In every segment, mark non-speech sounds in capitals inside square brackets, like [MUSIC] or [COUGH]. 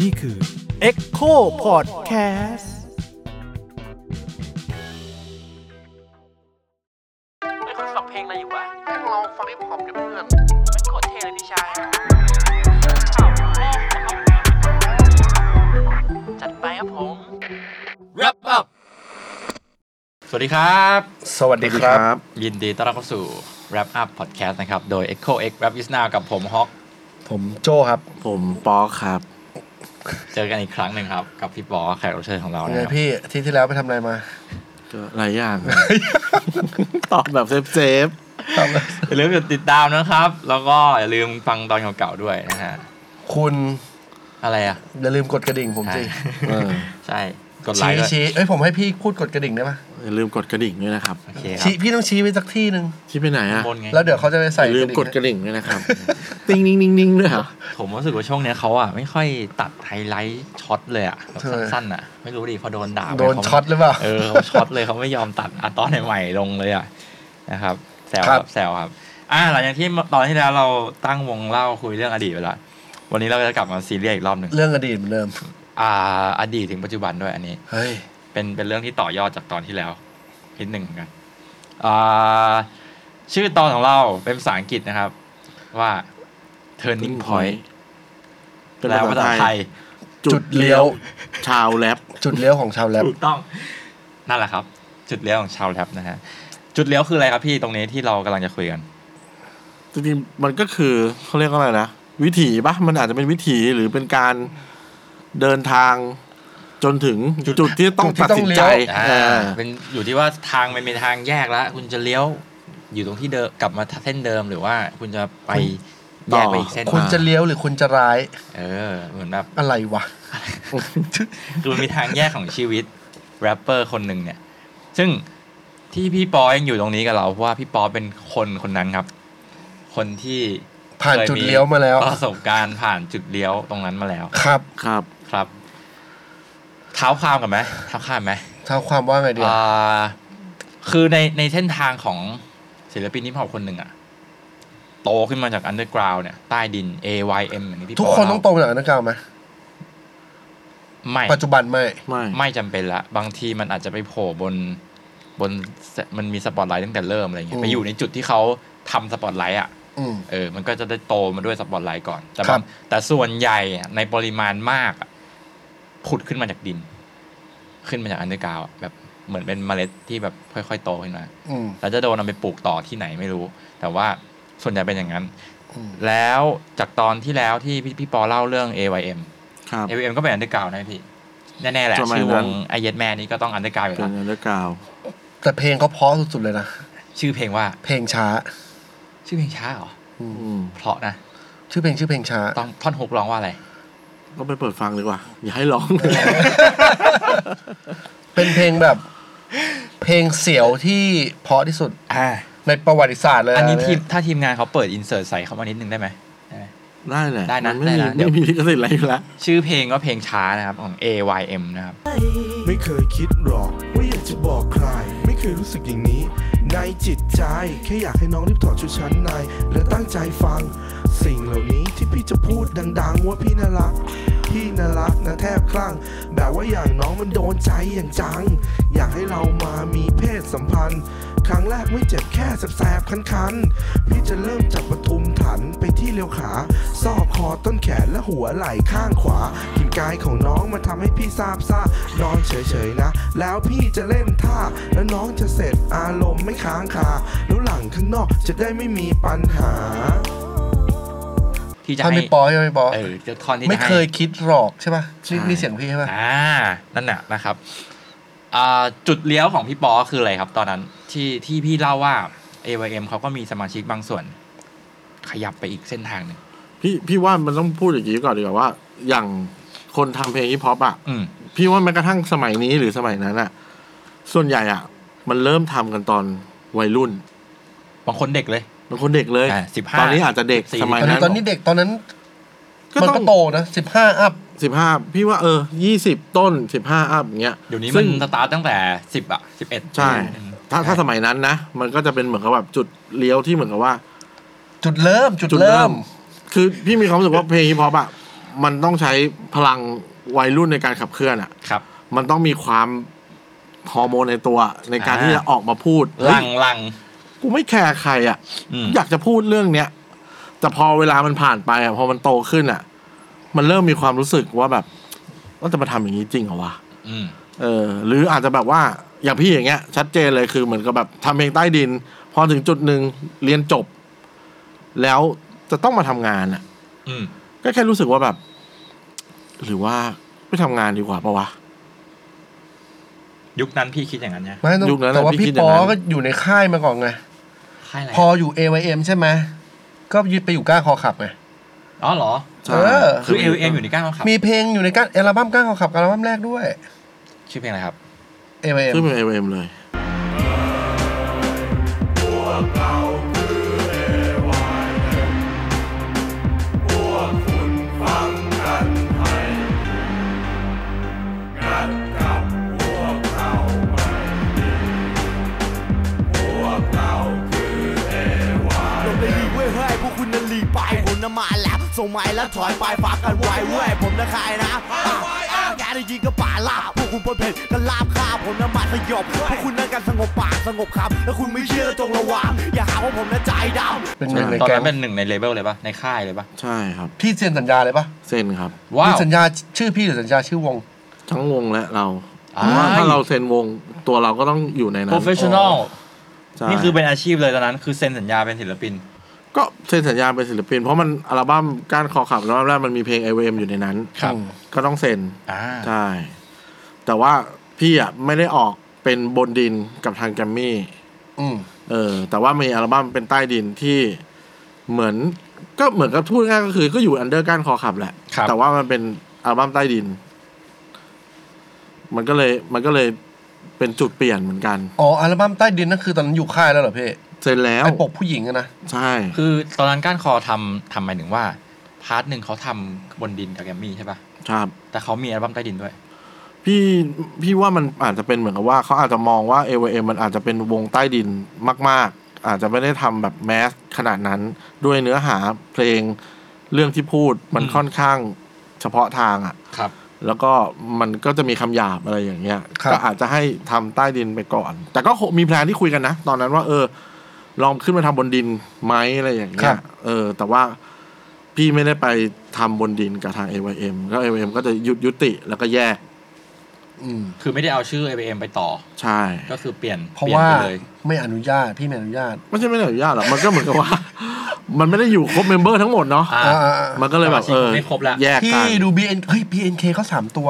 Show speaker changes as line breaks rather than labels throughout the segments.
นี่คือ
Echo Podcast
ไม่คุณฟังเพลงอะไรอยู่วะ
แม่งลองฟังฮิปฮอปดิเพื่อน
ไม่โคตรเท่เลยพี่ชายจัดไปครับผม
wrap up สวัสดีครับ
สวัสดีครับ
ยินดีต้อนรับเข้าสู่ wrap up podcast นะครับ โดย Echo X Wrap Is Now กับผมฮอก
ผมโจครับ
ผมป๊อกครับ
เจอกันอีกครั้งหนึ่งครับ กับพี่ปอแขกรับเชิญของเรา
เป็น
นะ
ไง
ครับ
พี่อาที่ที่แล้วไปทำอะไรมา
ก็หลายอย่าง [LAUGHS] ตอบแบบเซฟ
อย่าลืมกดติดตามนะครับ แล้วก็อย่าลืมฟังตอนเก่าๆด้วยนะฮะ
คุณ
อะไรอ่ะ
อย่าลืมกดกระดิ่งผมสิ
ๆเออ
ใช่ [LAUGHS] กดไล
ชี้
ค์
ชี้
ด้วย
เอ้ยผมให้พี่พูดกดกระดิ่งได้ปะ
อย่าลืมกดกระดิ่งด้วยนะครับ
โอเคครั
ชี้พี่ต้องชี้ไปสักที่หนึ่ง
ที่ไปไหน
บ
อ่ะ
บนไง
แล้วเดี๋ยวเขาจะไป
อ
ใส่
ย่าลืมกดก
ระดิ่ง
ระดิ่งด้วยนะครับ ติ๊งนิ่งนิ่งนิ่งด้วยเหรอ
ผมรู้สึกว่าช่วงเนี้ยเขาอ่ะไม่ค่อยตัดไฮไลท์ช็อตเลยอ่ะแบบสั้นๆอ่ะ ไม่รู้ดิเขาโดนด่าไป
โดน
เขา
ช็อตหรือเปล่า
เออเขาช็อตเลยเขาไม่ยอมตัดอะตอนใหม่ๆลงเลยอ่ะนะครับแซว
ค
ค
รั
รับบ แซวครับ อ่าหลังจากที่ตอนที่แล้วเราตั้งวงเล่าคุยเรื่องอดีตไปละวันนี้เราจะกลับมาซีเรียสอีกรอบหนึ่ง
เรื่องอดีตเหมือนเดิม
อ่า อดีตถึงปัจจุบันด้วยอันนี้
เฮ้ย
เป็นเป็นเรื่องที่ต่อยอดจากตอนที่แล้วนิดหนึ่งเหมือนกันอ่าชื่อตอนของเราเป็นภาษาอังกฤษนะครับ ว่า turning point
เป็น
แปล
ภา
ภา
ษา
ษา
ไท
ไท
ย
ย
จุดเลี้ยว
ชาวแรป
จุดเลี้ยวของชาวแล็บ
ถูกต้องนั่นแหละครับ จุดเลี้ยวของชาวแรปนะฮะจุดเลี้ยวคืออะไรครับพี่ตรงนี้ที่เรากำลังจะคุยกัน
จริงๆมันก็คือเขาเรียกว่าอะไรนะ วิถีปะมันอาจจะเป็นวิถีหรือเป็นการเดินทางจนถึงจุดที่ต้องตัดสินใจ
อ่า
เออ
เป็นอยู่ที่ว่าทางมันเป็นทางแยกแล้ว คุณจะเลี้ยวอยู่ตรงที่เดิมกลับมาเส้นเดิมหรือว่าคุณจะไป
ต่
แย
อ
กไปอีกเส้น
คุณจะเลี้ยวหรือคุณจะร้าย
เออเหมือนแบบ
อะไรวะ
คือมันมีทางแยกของชีวิตแรปเปอร์คนหนึ่งเนี่ย ซึ่งที่พี่ปอยังอยู่ตรงนี้กับเราเพราะว่าพี่ปอเป็นคนคนนั้นครับ คนที่
ผ่าน
ค
จุดเลี้ยวมาแล้ว
ประสบการณ์ผ่านจุดเลี้ยวตรงนั้นมาแล้ว
ครับ
ครับ
ครับเท้าความกันไหมเท้าความไหม
เท้าความว่าไงดี
อ่าคือในในเส้นทางของศิลปินนิพพอปคนหนึ่งอะโตขึ้นมาจากอันเดอร์กราวเนี่ย ใต้ดิน A Y M อย่างที่พี่
ทุกคน
ป
ต้องโตมาจากอันดับเก้าไหม
ไม่
ปัจจุบันไม่
ไม่
ไม่จำเป็นละ บางทีมันอาจจะไปโผล่บนบนมันมีสปอตไลท์ตั้งแต่เริ่มอะไรเงี้
อื
ย
ม
ไปอยู่ในจุดที่เขาทำสปอตไลท์อะ
อืม
เออมันก็จะได้โตมาด้วยสปอตไลท์ก่อน
ครับ
แต่าง
บ
แต่ส่วนใหญ่อะในปริมาณมากอะผุดขึ้นมาจากดิน ขึ้นมาจากอันเดอร์กราวแบบเหมือนเป็นเมล็ดที่แบบค่อยๆโตขึ้นมา
อืม
แล้วจะโดนเอาไปปลูกต่อที่ไหนไม่รู้ แต่ว่าส่วนใหญ่เป็นอย่างนั้น
อืม
แล้วจากตอนที่แล้วที่พี่พี่ปอเล่าเรื่อง AYM
ครับ
AYM ก็เป็นอันเดอร์กราวนะพี่ แน่ๆแหละ
สมัย
ชื่อว
นั้
ง
น
ไอเย็ดแม่นี่ก็ต้องอันเดอร์กราวอยู่
เป็น
แล้ว
อันเดอร์กราว
แต่เพลงเขาเพราะสุดๆเลยนะ
ชื่อเพลงว่า
เพลงช้า
ชื่อเพลงช้าเหรอ
อืม
เพราะนะ
ชื่อเพลงชื่อเพลงช้า
ต้องท่อนหกร้องว่าอะไร
ก็ไปเปิดฟังดีกว่า อย่าให้ร้อง
เป็นเพลงแบบ เพลงเสียวที่เพราะที่สุด
อ่า
ในประวัติศาสตร์เลย
อันนี้
ะ
ทีมถ้าทีมงานเขาเปิดอินเสิร์ตใส่เข้ามานิดนึงได้ไหมได้ไหม
ได้แหละ
ได้นะ
มัไม่
ได้
มี
นะเดี๋ยว
ไม่มีลิขสิทธิ์อะไรอยู่แล้ว
ชื่อเพลงก็เพลงช้านะครับของ AYM นะครับ
ไม่เคยคิดหรอกว่าอยากจะบอกใคร ไม่เคยรู้สึกอย่างนี้ ในจิตใจ แค่อยากให้น้องรีบถอดชุดชั้นใน และตั้งใจฟัง สิ่งเหล่านี้ที่พี่จะพูดดังๆ ว่าพี่น่ารัก พี่น่ารักนะแทบคลั่ง แบบว่าอย่างน้องมันโดนใจอย่างจัง อยากให้เรามามีเพศสัมพันธ์ ครั้งแรกไม่เจ็บแค่แสบๆคันๆ พี่จะเริ่มจากปทุมถันไปที่เลียวขา ซอกคอต้นแขนและหัวไหล่ข้างขวา กลิ่นกายของน้องมันทำให้พี่ซาบซ่านอนเฉยๆนะ แล้วพี่จะเล่นท่า แล้วน้องจะเสร็จอารมณ์ไม่ค้างคา แล้วหลังข้างนอกจะได้ไม่มีปัญหา
ที่จะ
ท่าน
ให้
ไม่ปอใช่ไหมปอ
เออท่อนที่จะให้
ไม่เคยคิดหรอกใช่ป่ะ
ใช่
นี่นี่เสียงพี่ใช่ป่ะ
อ่า นั่นน่ะนะครับอ่าจุดเลี้ยวของพี่ปอคืออะไรครับ ตอนนั้นที่ที่พี่เล่าว่า AYM เขาก็มีสมาชิกบางส่วน ขยับไปอีกเส้นทางหนึ่ง
พี่พี่ว่ามันต้องพูดอย่างนี้ก่อนดีกว่าว่า อย่างคนทำเพลงฮิปฮอปอ่ะ
อืม
พี่ว่าแม้กระทั่งสมัยนี้หรือสมัยนั้นอ่ะ ส่วนใหญ่อ่ะ มันเริ่มทำกันตอนวัยรุ่น
บางคนเด็กเลย
บางคนเด็กเลย
อ่ะ15
ตอนนี้อาจจะเด็ก
14
ส
ต
มัย
อนนี้
นั้น
ตอนนี้เด็กตอนนั้น
ก็
มัน
ต้อ
ก็
ง
โตนะสิบห้าอัพ
สิบห้าพี่ว่าเออยี่สิบต้นสิบห้าอัพอย่างเงี้ย
เดี๋ยวนี้มั
ซึ่
น
ง
สตาร์ตตั้งแต่สิบอ่ะสิบเอ็ด
ใช่ ถ้าถ้าสมัยนั้นนะ มันก็จะเป็นเหมือนกับแบบจุดเลี้ยวที่เหมือนกับว่า
จุดเริ่มจุด
จุด
เริ่
เริ่
ม
ม คือพี่มีความรู้สึกว่าเพลงฮิปฮอปอ่ะมันต้องใช้พลังวัยรุ่นในการขับเคลื่อนอ่ะ
ครับ
มันต้องมีความฮอร์โมนในตัวในการที่จะออกมาพูดเฮ้ย
ลังลัง
กูไม่แคร์ใครอ่ะ
อืม
อยากจะพูดเรื่องเนี้ยแต่พอเวลามันผ่านไปอ่ะพอมันโตขึ้นอ่ะ มันเริ่มมีความรู้สึกว่าแบบว่าจะมาทำอย่างนี้จริงเหรอวะ
อืม
เออหรืออาจจะแบบว่าอย่างพี่อย่างเงี้ย ชัดเจนเลยคือเหมือนกับแบบทำเพลงใต้ดิน พอถึงจุดหนึ่งเรียนจบ แล้วจะต้องมาทำงานอ่ะ
อืม
ก็แค่รู้สึกว่าแบบ หรือว่าไม่ทำงานดีกว่าปะวะ
ยุคนั้นพี่คิดอย่างนั้นใช่ไหม
ไม่ต้อง
ยุคนั้นอะ
แต่ว่า
พี่
พี่
คิดอย่า
ปอง
นั้น
ก็อยู่ในค่ายมาก่อนไง
ค่ายอะไร
พออยู่ AYM ใช่ไหมก็ยึดไปอยู่ก้างคอขับไง
อ๋อเหรอ
ใช่
เออ
คือเอลเอ
ม
อยู่ในก้านเขาขับ
มีเพลงอยู่ในก้านอัลบั้มก้างคอขับอัลบั้มแรกด้วย
ชื่อเพลงอะไรครับ
AYM
ซึ่งเป็นเอเอ็มเลย
ลงไปดีเว้ยเฮ้ยพวกคุณนั้นหลีกไปผมน่ะมาแล้ว ส่งไม้แล้วถอยไปฝากกันไว้เว้ยผมนะใครนะอ่ะอ่ะแกได้ยินก็ป่าลาบพวกคุณบนเพจกันลาบข้าผมนะมาสยบพวกคุณนั้นกันสงบปากสงบคำแล้วคุณไม่เชื่อจงระวังอย่าหาว่าผมนะใจดำ
เป็นหนึ่งใน
ตอน
แก๊ง
นั้นเป็นหนึ่งในเลเวลเลยปะในค่ายเลยปะ
ใช่ครับ
พี่เซ็นสัญญาเลยปะ
เซ็นครับ
ว้า
พี่
ว
สัญญาชื่อพี่หรือสัญญาชื่อวง
ทั้งวงและเรา
อ้าย
เพราะว่าถ้าเราเซ็นวงตัวเราก็ต้องอยู่ในนั้น
professional
ใช่
นี่คือเป็นอาชีพเลยตอนนั้น คือเซ็นสัญญาเป็นศิลปิน
ก็เซ็นสัญญาเป็นศิลปิน เพราะมันอัลบั้มก้านคอขับอัลบั้มแรกมันมีเพลง i อ m อยู่ในนั้น
ครับ
ก็ต้องเซ็น
อ่า
ใช่ แต่ว่าพี่อ่ะไม่ได้ออกเป็นบนดินกับทางแกรมมี่
อืม
เออ แต่ว่ามีอัลบั้มเป็นใต้ดินที่เหมือน ก็เหมือนกับพูดง่ายๆก็คือ ก็อยู่อันเดอร์ก้านคอขับแหละ
ครับ
แต่ว่ามันเป็นอัลบั้มใต้ดิน มันก็เลย มันก็เลยเป็นจุดเปลี่ยนเหมือนกัน
อ๋ออัลบั้มใต้ดินนั่นคือตอนนั้นอยู่ค่ายแล้วเหรอพี่
เซ็นแล้ว
ไอปกผู้หญิงอะนะ
ใช่
คือตอนนั้นก้านคอทำทำหมายถึงว่า พาร์ทหนึ่งเขาทำบนดินกับแกรมมี่ใช่ปะ
ครับ
แต่เขามีอัลบั้มใต้ดินด้วย
พี่พี่ว่ามันอาจจะเป็นเหมือนกับว่าเขาอาจจะมองว่า a อ m มันอาจจะเป็นวงใต้ดินมาก ๆ อาจจะไม่ได้ทำแบบแมสขนาดนั้น ด้วยเนื้อหาเพลงเรื่องที่พูดมัน
อืม
ค่อนข้างเฉพาะทางอ่ะ
ครับ
แล้วก็มันก็จะมีคำหยาบอะไรอย่างเงี้ย
ครับ
ก็อาจจะให้ทำใต้ดินไปก่อน แต่ก็มีแพลนที่คุยกันนะ ตอนนั้นว่า เออ ลองขึ้นมาทำบนดินไหมอะไรอย่าง
ค
เงี้
รั
ย
บ
เออ แต่ว่าพี่ไม่ได้ไปทำบนดินกับทาง a อ m แล้ว a อ m ก็จะหยุดยุติแล้วก็แยก
อืม
คือไม่ได้เอาชื่อ ABM ไปต่อ
ใช่
ก็คือเปลี่ยน
เพราะ
ปลี่ยน
ว่า
ไปเลย
ไม่อนุญาตพี่ไม่อนุญาต
ไม่ใช่ไม่ได้อนุญาตหรอกมันก็เหมือนกับว่า [LAUGHS] มันไม่ได้อยู่ครบเมมเบอร์ทั้งหมดเนาะ
อ่า
อ่าอ่า
มันก็เลยแบบเออ
สมาชิกไม่ครบละ
แยกกั
พี่
น
ดู BN เฮ้ย BNK เขาสามตัว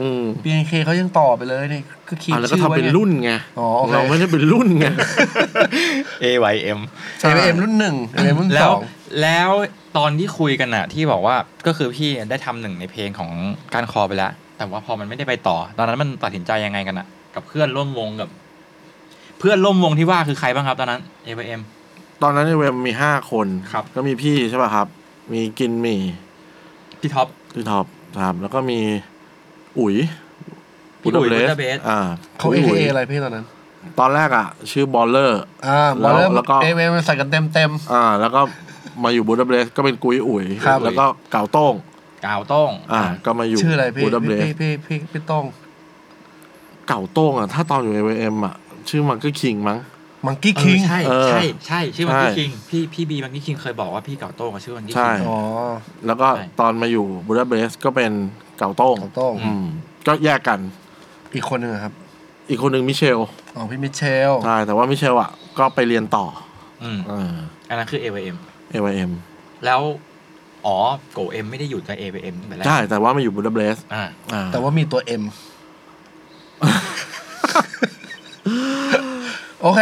อืม
BNK เขายังต่อไปเลยนี่ก็คีบ
อ่ะแล้วก็
ชื่อ
ทำ
ไว้
เป็น
ไง
รุ่นไง
อ๋อโอเค
เราไม่ได้เป็นรุ่นไง
AYM
ใช่
เอเอ็มรุ่นหนึ่งเอเอ็มรุ่น
แล้
ส
ว
อง
แล้วตอนที่คุยกันอะที่บอกว่าก็คือพี่ได้ทำหนึ่งในเพลงของการคอไปแล้ว แต่ว่าพอมันไม่ได้ไปต่อ ตอนนั้นมันตัดสินใจยังไงกันอะกับเพื่อนร่วมวงกับ เพื่อนร่วมวงที่ว่าคือใครบ้างครับตอนนั้น a อ m
ตอนนั้นในเวมมีห้าคน
ครับ
ก็มีพี่ใช่ป่ะครับ มีกินหมี
พี่ท็อป
พี่ท็อปครับแล้วก็มีอุ๋ย
พี่อุ๋ย
ด
Budapest
อ่า
เขาเอ
พี่
เค
ย
อะไรพี่ตอนนั้น
ตอนแรกอ่ะ ชื่อบอลเลอร์
อ่าบอลเริ่ม
แล้วก็
เอเอ็มใส่กันเต็มเต็ม
อ่า แล้วก็มาอยู่บูดาเปสต์ก็เป็นกุยอุ๋ย
ครับ
แล้วก็เก่าโต้ง
กาวโต้ง
อ่า ก็มาอยู่
ชื่ออะไรพี่
บูดาเปส
พี่
ต์
พี่พี่พี่พี่ต้อง
เก่าโต้งอ่ะ ถ้าตอนอยู่ AVM อ่ะ ชื่อมันก็คิงมั้ง
มังกี้
เออ
คิง
ใช่
เออ
ใช่ใช่ชื่อมัน
ใช่
กี้คิงพี่พี่บีมันกี้คิงเคยบอกว่าพี่กาวโต้งกับชื่อมันกี้
ใช่
คิง
อ๋อ
แล้วก็
ใช่
ตอนมาอยู่บูดาเปสต์ก็เป็นเก่าโต้ง
ของต้อง
อืม ก็แยกกัน
อีกคนหนึ่งอะครับ
อีกคนหนึ่งมิเชล
อ๋อพี่มิเชล
ใช่ แต่ว่ามิเชลอ่ะ ก็ไปเรียนต่อ
อืม
อ่า
อันนั้นคือ a อ m
AVM
แล้วอ๋อโกเอ็มไม่ได้อยู่กับ a อ m ตั้งแต่แรก
ใช่ แต่ว่ามาอยู่บูดาเปสต์
อ่า
อ่า
แต่ว่ามีตัวเอ็ม [LAUGHS] โอเค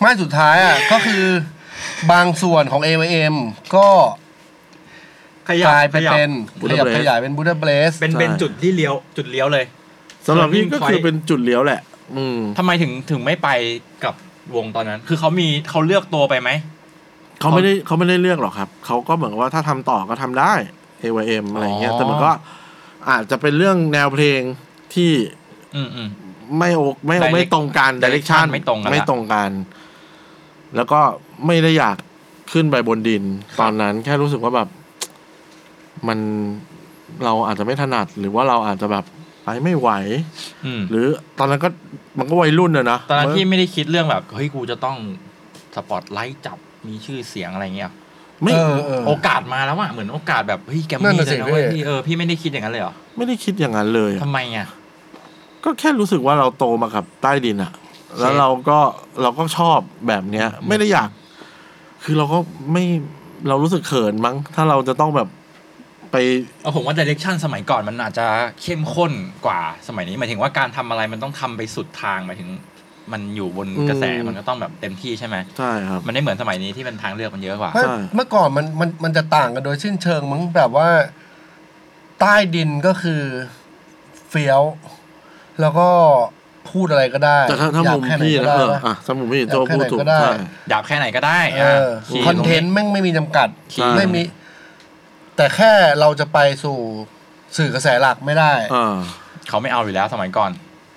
ไม่สุดท้ายอ่ะ ก็คือบางส่วนของ a อ m ก็
ขยับ
กลายไป
ขยับ
เป็นขยับขยายเป็นบูดาเบส
เป็นเป็นจุดที่เลี้ยวจุดเลี้ยวเลย
สำหรับพี่ก็คือ
Turning point
เป็นจุดเลี้ยวแหละ อืม
ทำไมถึงถึงไม่ไปกับวงตอนนั้น คือเขามีเขาเลือกตัวไปไหม
เขาไม่ได้เขาไม่ได้เลือกหรอกครับ เขาก็เหมือนกับว่าถ้าทำต่อก็ทำได้ AVM อะไรอย่างเงี้ย
อ๋อ
แต่มันก็อาจจะเป็นเรื่องแนวเพลงที่
อืมอืม
ไม่โอไม่
Direct-
ไม่ตรงกัน
direction
direction
ไม่ตรงกันละ
ไม่ตรงกัน แล้วก็ไม่ได้อยาก ขึ้นไปบนดิน ตอนนั้นแค่รู้สึกว่าแบบ มันเราอาจจะไม่ถนัด หรือว่าเราอาจจะแบบไปไม่ไหว
อืม
หรือตอนนั้นก็มันก็วัยรุ่นอะนะ
ตอนนั้น
มั
พี่ไม่ได้คิดเรื่องแบบเฮ้ยกูจะต้องสปอตไลท์จับมีชื่อเสียงอะไรเงี้ย
ไม่
เออเออ
โอกาสมาแล้วอะเหมือนโอกาสแบบเฮ้ยแกรม
นั่น
มี่
น่ะสิ
เลยนะเว้ย
พี่
พี่เออพี่ไม่ได้คิดอย่างนั้นเลยเหรอ
ไม่ได้คิดอย่างนั้นเลยอะ
ทำไมอะ
ก็แค่รู้สึกว่าเราโตมากับใต้ดินอะแล้วเราก็เราก็ชอบแบบเนี้ย ไม่ได้อยาก คือเราก็ไม่เรารู้สึกเขินมั้ง ถ้าเราจะต้องแบบไป
เอาผมว่าดิเรกชันสมัยก่อนมันอาจจะเข้มข้นกว่าสมัยนี้หมายถึงว่าการทำอะไรมันต้องทำไปสุดทางหมายถึง มันอยู่บน
อืม
กระแสมันก็ต้องแบบเต็มที่ใช่ไหม
ใช่ครับ
มันไม่เหมือนสมัยนี้ที่มันทางเลือกมันเยอะกว่า
เมื่อ
ใช่
เมื่อก่อนมันมันมันจะต่างกันโดยสิ้นเชิงมั้งแบบว่า ใต้ดินก็คือเฟี้ยว แล้วก็พูดอะไรก็ได้
แต่ถ้าถ้า
อยก
มุม
แค่ไห
พี่
ก็
นะ
ได้
เออ
ปะ
อ่ะถ้ามุมพี่
อยาก
โจพูดถูก
แค่ไหนก็ได้
ใช่
หยาบแค่ไหนก็ได้
เอ
อ่ะ
อ
ขี่
คอนเทนต์แม่งไม่มีจำกัด
ใช่
ไม่มี แต่แค่เราจะไปสู่สื่อกระแสหลักไม่ได้
อ่า
เขาไม่เอาอยู่แล้วสมัยก่อน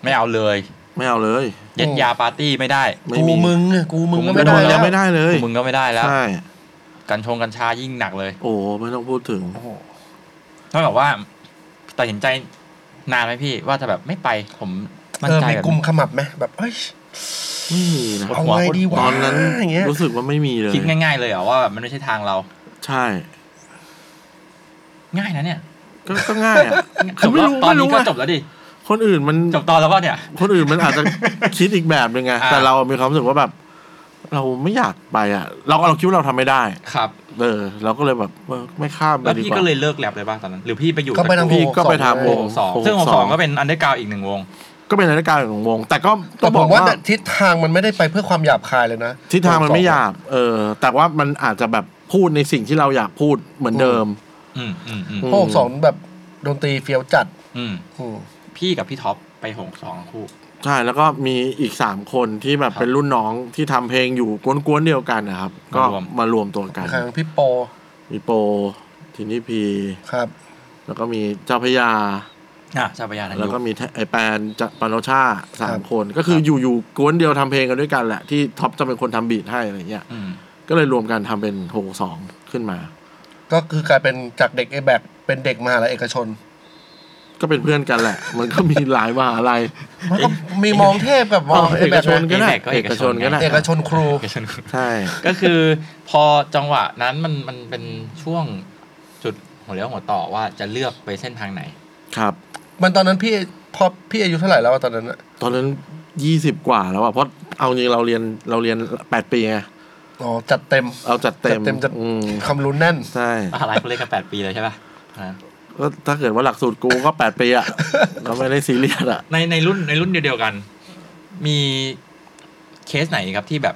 ไม่เอาเลย
ไม่เอาเลย
เย็ดยาปาร์ตี้ไม่ได้
ไม่
กู
มี
มึงอะกูมึงก็
ไม่
ไม่
ได้
ได้
ยั
แล้
ง
ว
ไม่ได้เลย
มึงก็ไม่ได้แล้ว
ใช่
กัญชงกัญชายิ่งหนักเลย
โอ้ไม่ต้องพูดถึง
โอ้โห
ถ้าแบบว่าตัดสินใจนานไหมพี่ ว่าจะแบบไม่ไปผมมั่น
เออ
ใจ
มี
แบบ
กลุ่มขมับไหมแบบเอ้ย
ไม่มีนะ
เอาไงดีวะ
ตอนนั้น
อย่างเงี้ย
รู้สึกว่าไม่มีเลย
คิดง่ายๆเลยเหรอว่าแบบมันไม่ใช่ทางเรา
ใช่
ง่ายนะเนี่ย
ก็ก็ง่ายอ่ะคือไม่รู้
ตอน
ไม่
นี้
รู้
ก็
ว่า
จบแล้วดิ
คนอื่นมัน
จบตอนแล้วว่าเนี่ย
คนอื่นมันอาจจะ คิดอีกแบบหนึ่งไง
อ่า
แต่เรามีความรู้สึกว่าแบบ เราไม่อยากไปอ่ะ เราเราคิดว่าเราทำไม่ได้
ครับ
เออ เราก็เลยแบบเออไม่ข้ามไป
แล้ว
ดีก
พี่
ว่า
ก็เลยเลิกแรปเลยป่ะตอนนั้น หรือพี่ไปอยู่
ก็ไปทำ
พี่ก็ไปทำว
ว
ง
งสองซึ่งวงสองก็เป็นอันเดอร์กราวอีกหนึ่งวง
ก็เป็นนาฬิกาของวง แต่ก็
แต่
ก็
บบอ
อก ก
ว่า
ว่า
แต่ทิศทางมันไม่ได้ไปเพื่อความหยาบคายเลยนะ
ทิศทางมันไม่หยาบ เออ แต่ว่ามันอาจจะแบบพูดในสิ่งที่เราอยากพูดเหมือนเดิม
อืมอืมอืม
พวกสองแบบดนตรีเฟี้ยวจัด
อืม
อืม
พี่กับพี่ท็อปไปหงสองคู่
ใช่ แล้วก็มีอีกสามคนที่แบบ
ครับ
เป็นรุ่นน้องที่ทำเพลงอยู่กวนๆเดียวกันนะครับ ก็
มารวม
มารวมตัวกัน
ครั้งพี่โป
มีโปทินนี่พี
ครับ
แล้วก็มีเจ้าพระยา
อ่ะชาปยาทัน
แล้ว
ยุ
ก็มีไอแปนจะปานโนชาสา
ครั
ม
บ
คน ก็คืออยู่ๆกวนเดียวทำเพลงกันด้วยกันแหละ ที่ท็อปจะเป็นคนทำบีทให้อะไรเงี้ย
อืม
ก็เลยรวมกันทำเป็นโฮสองขึ้นมา
ก็คือกลายเป็นจากเด็กไอแบกเป็นเด็กมหาลัยเอกชน
ก็เป็นเพื่อนกันแหละ มันก็มีหลายมหาลัย
มันก็มีมองเทพกับมอง
เอกชน
ไ
ก็ได้
เอกชน
เอกชนก็ได้
เอกชนครู
เอกชน
ใช่
ก็คือพอจังหวะนั้นมันมันเป็นช่วงจุดหัวเลี้ยวหัวต่อว่าจะเลือกไปเส้นทางไหน
ครับ
มันตอนนั้นพี่พอพี่อายุเท่าไหร่แล้วอะตอนนั้นอะ
ตอนนั้นยี่สิบกว่าแล้วอะเพราะเอาจริงเราเรียนเราเรียนแปดปีไง
อ๋อจัดเต็ม
เราจัดเต็ม
จัดเต็มจัด
อืม
คำรุนแน่น
ใช่
อะไรกูเล่นกันแปดปีเลยใช่ป่ะอ่า
ก็ถ้าเกิดว่าหลักสูตรกูก็แปดปีอะก็ไม่ได้ซีเรียสอะ
ในในรุ่นในรุ่นเดียวกัน มีเคสไหนครับที่แบบ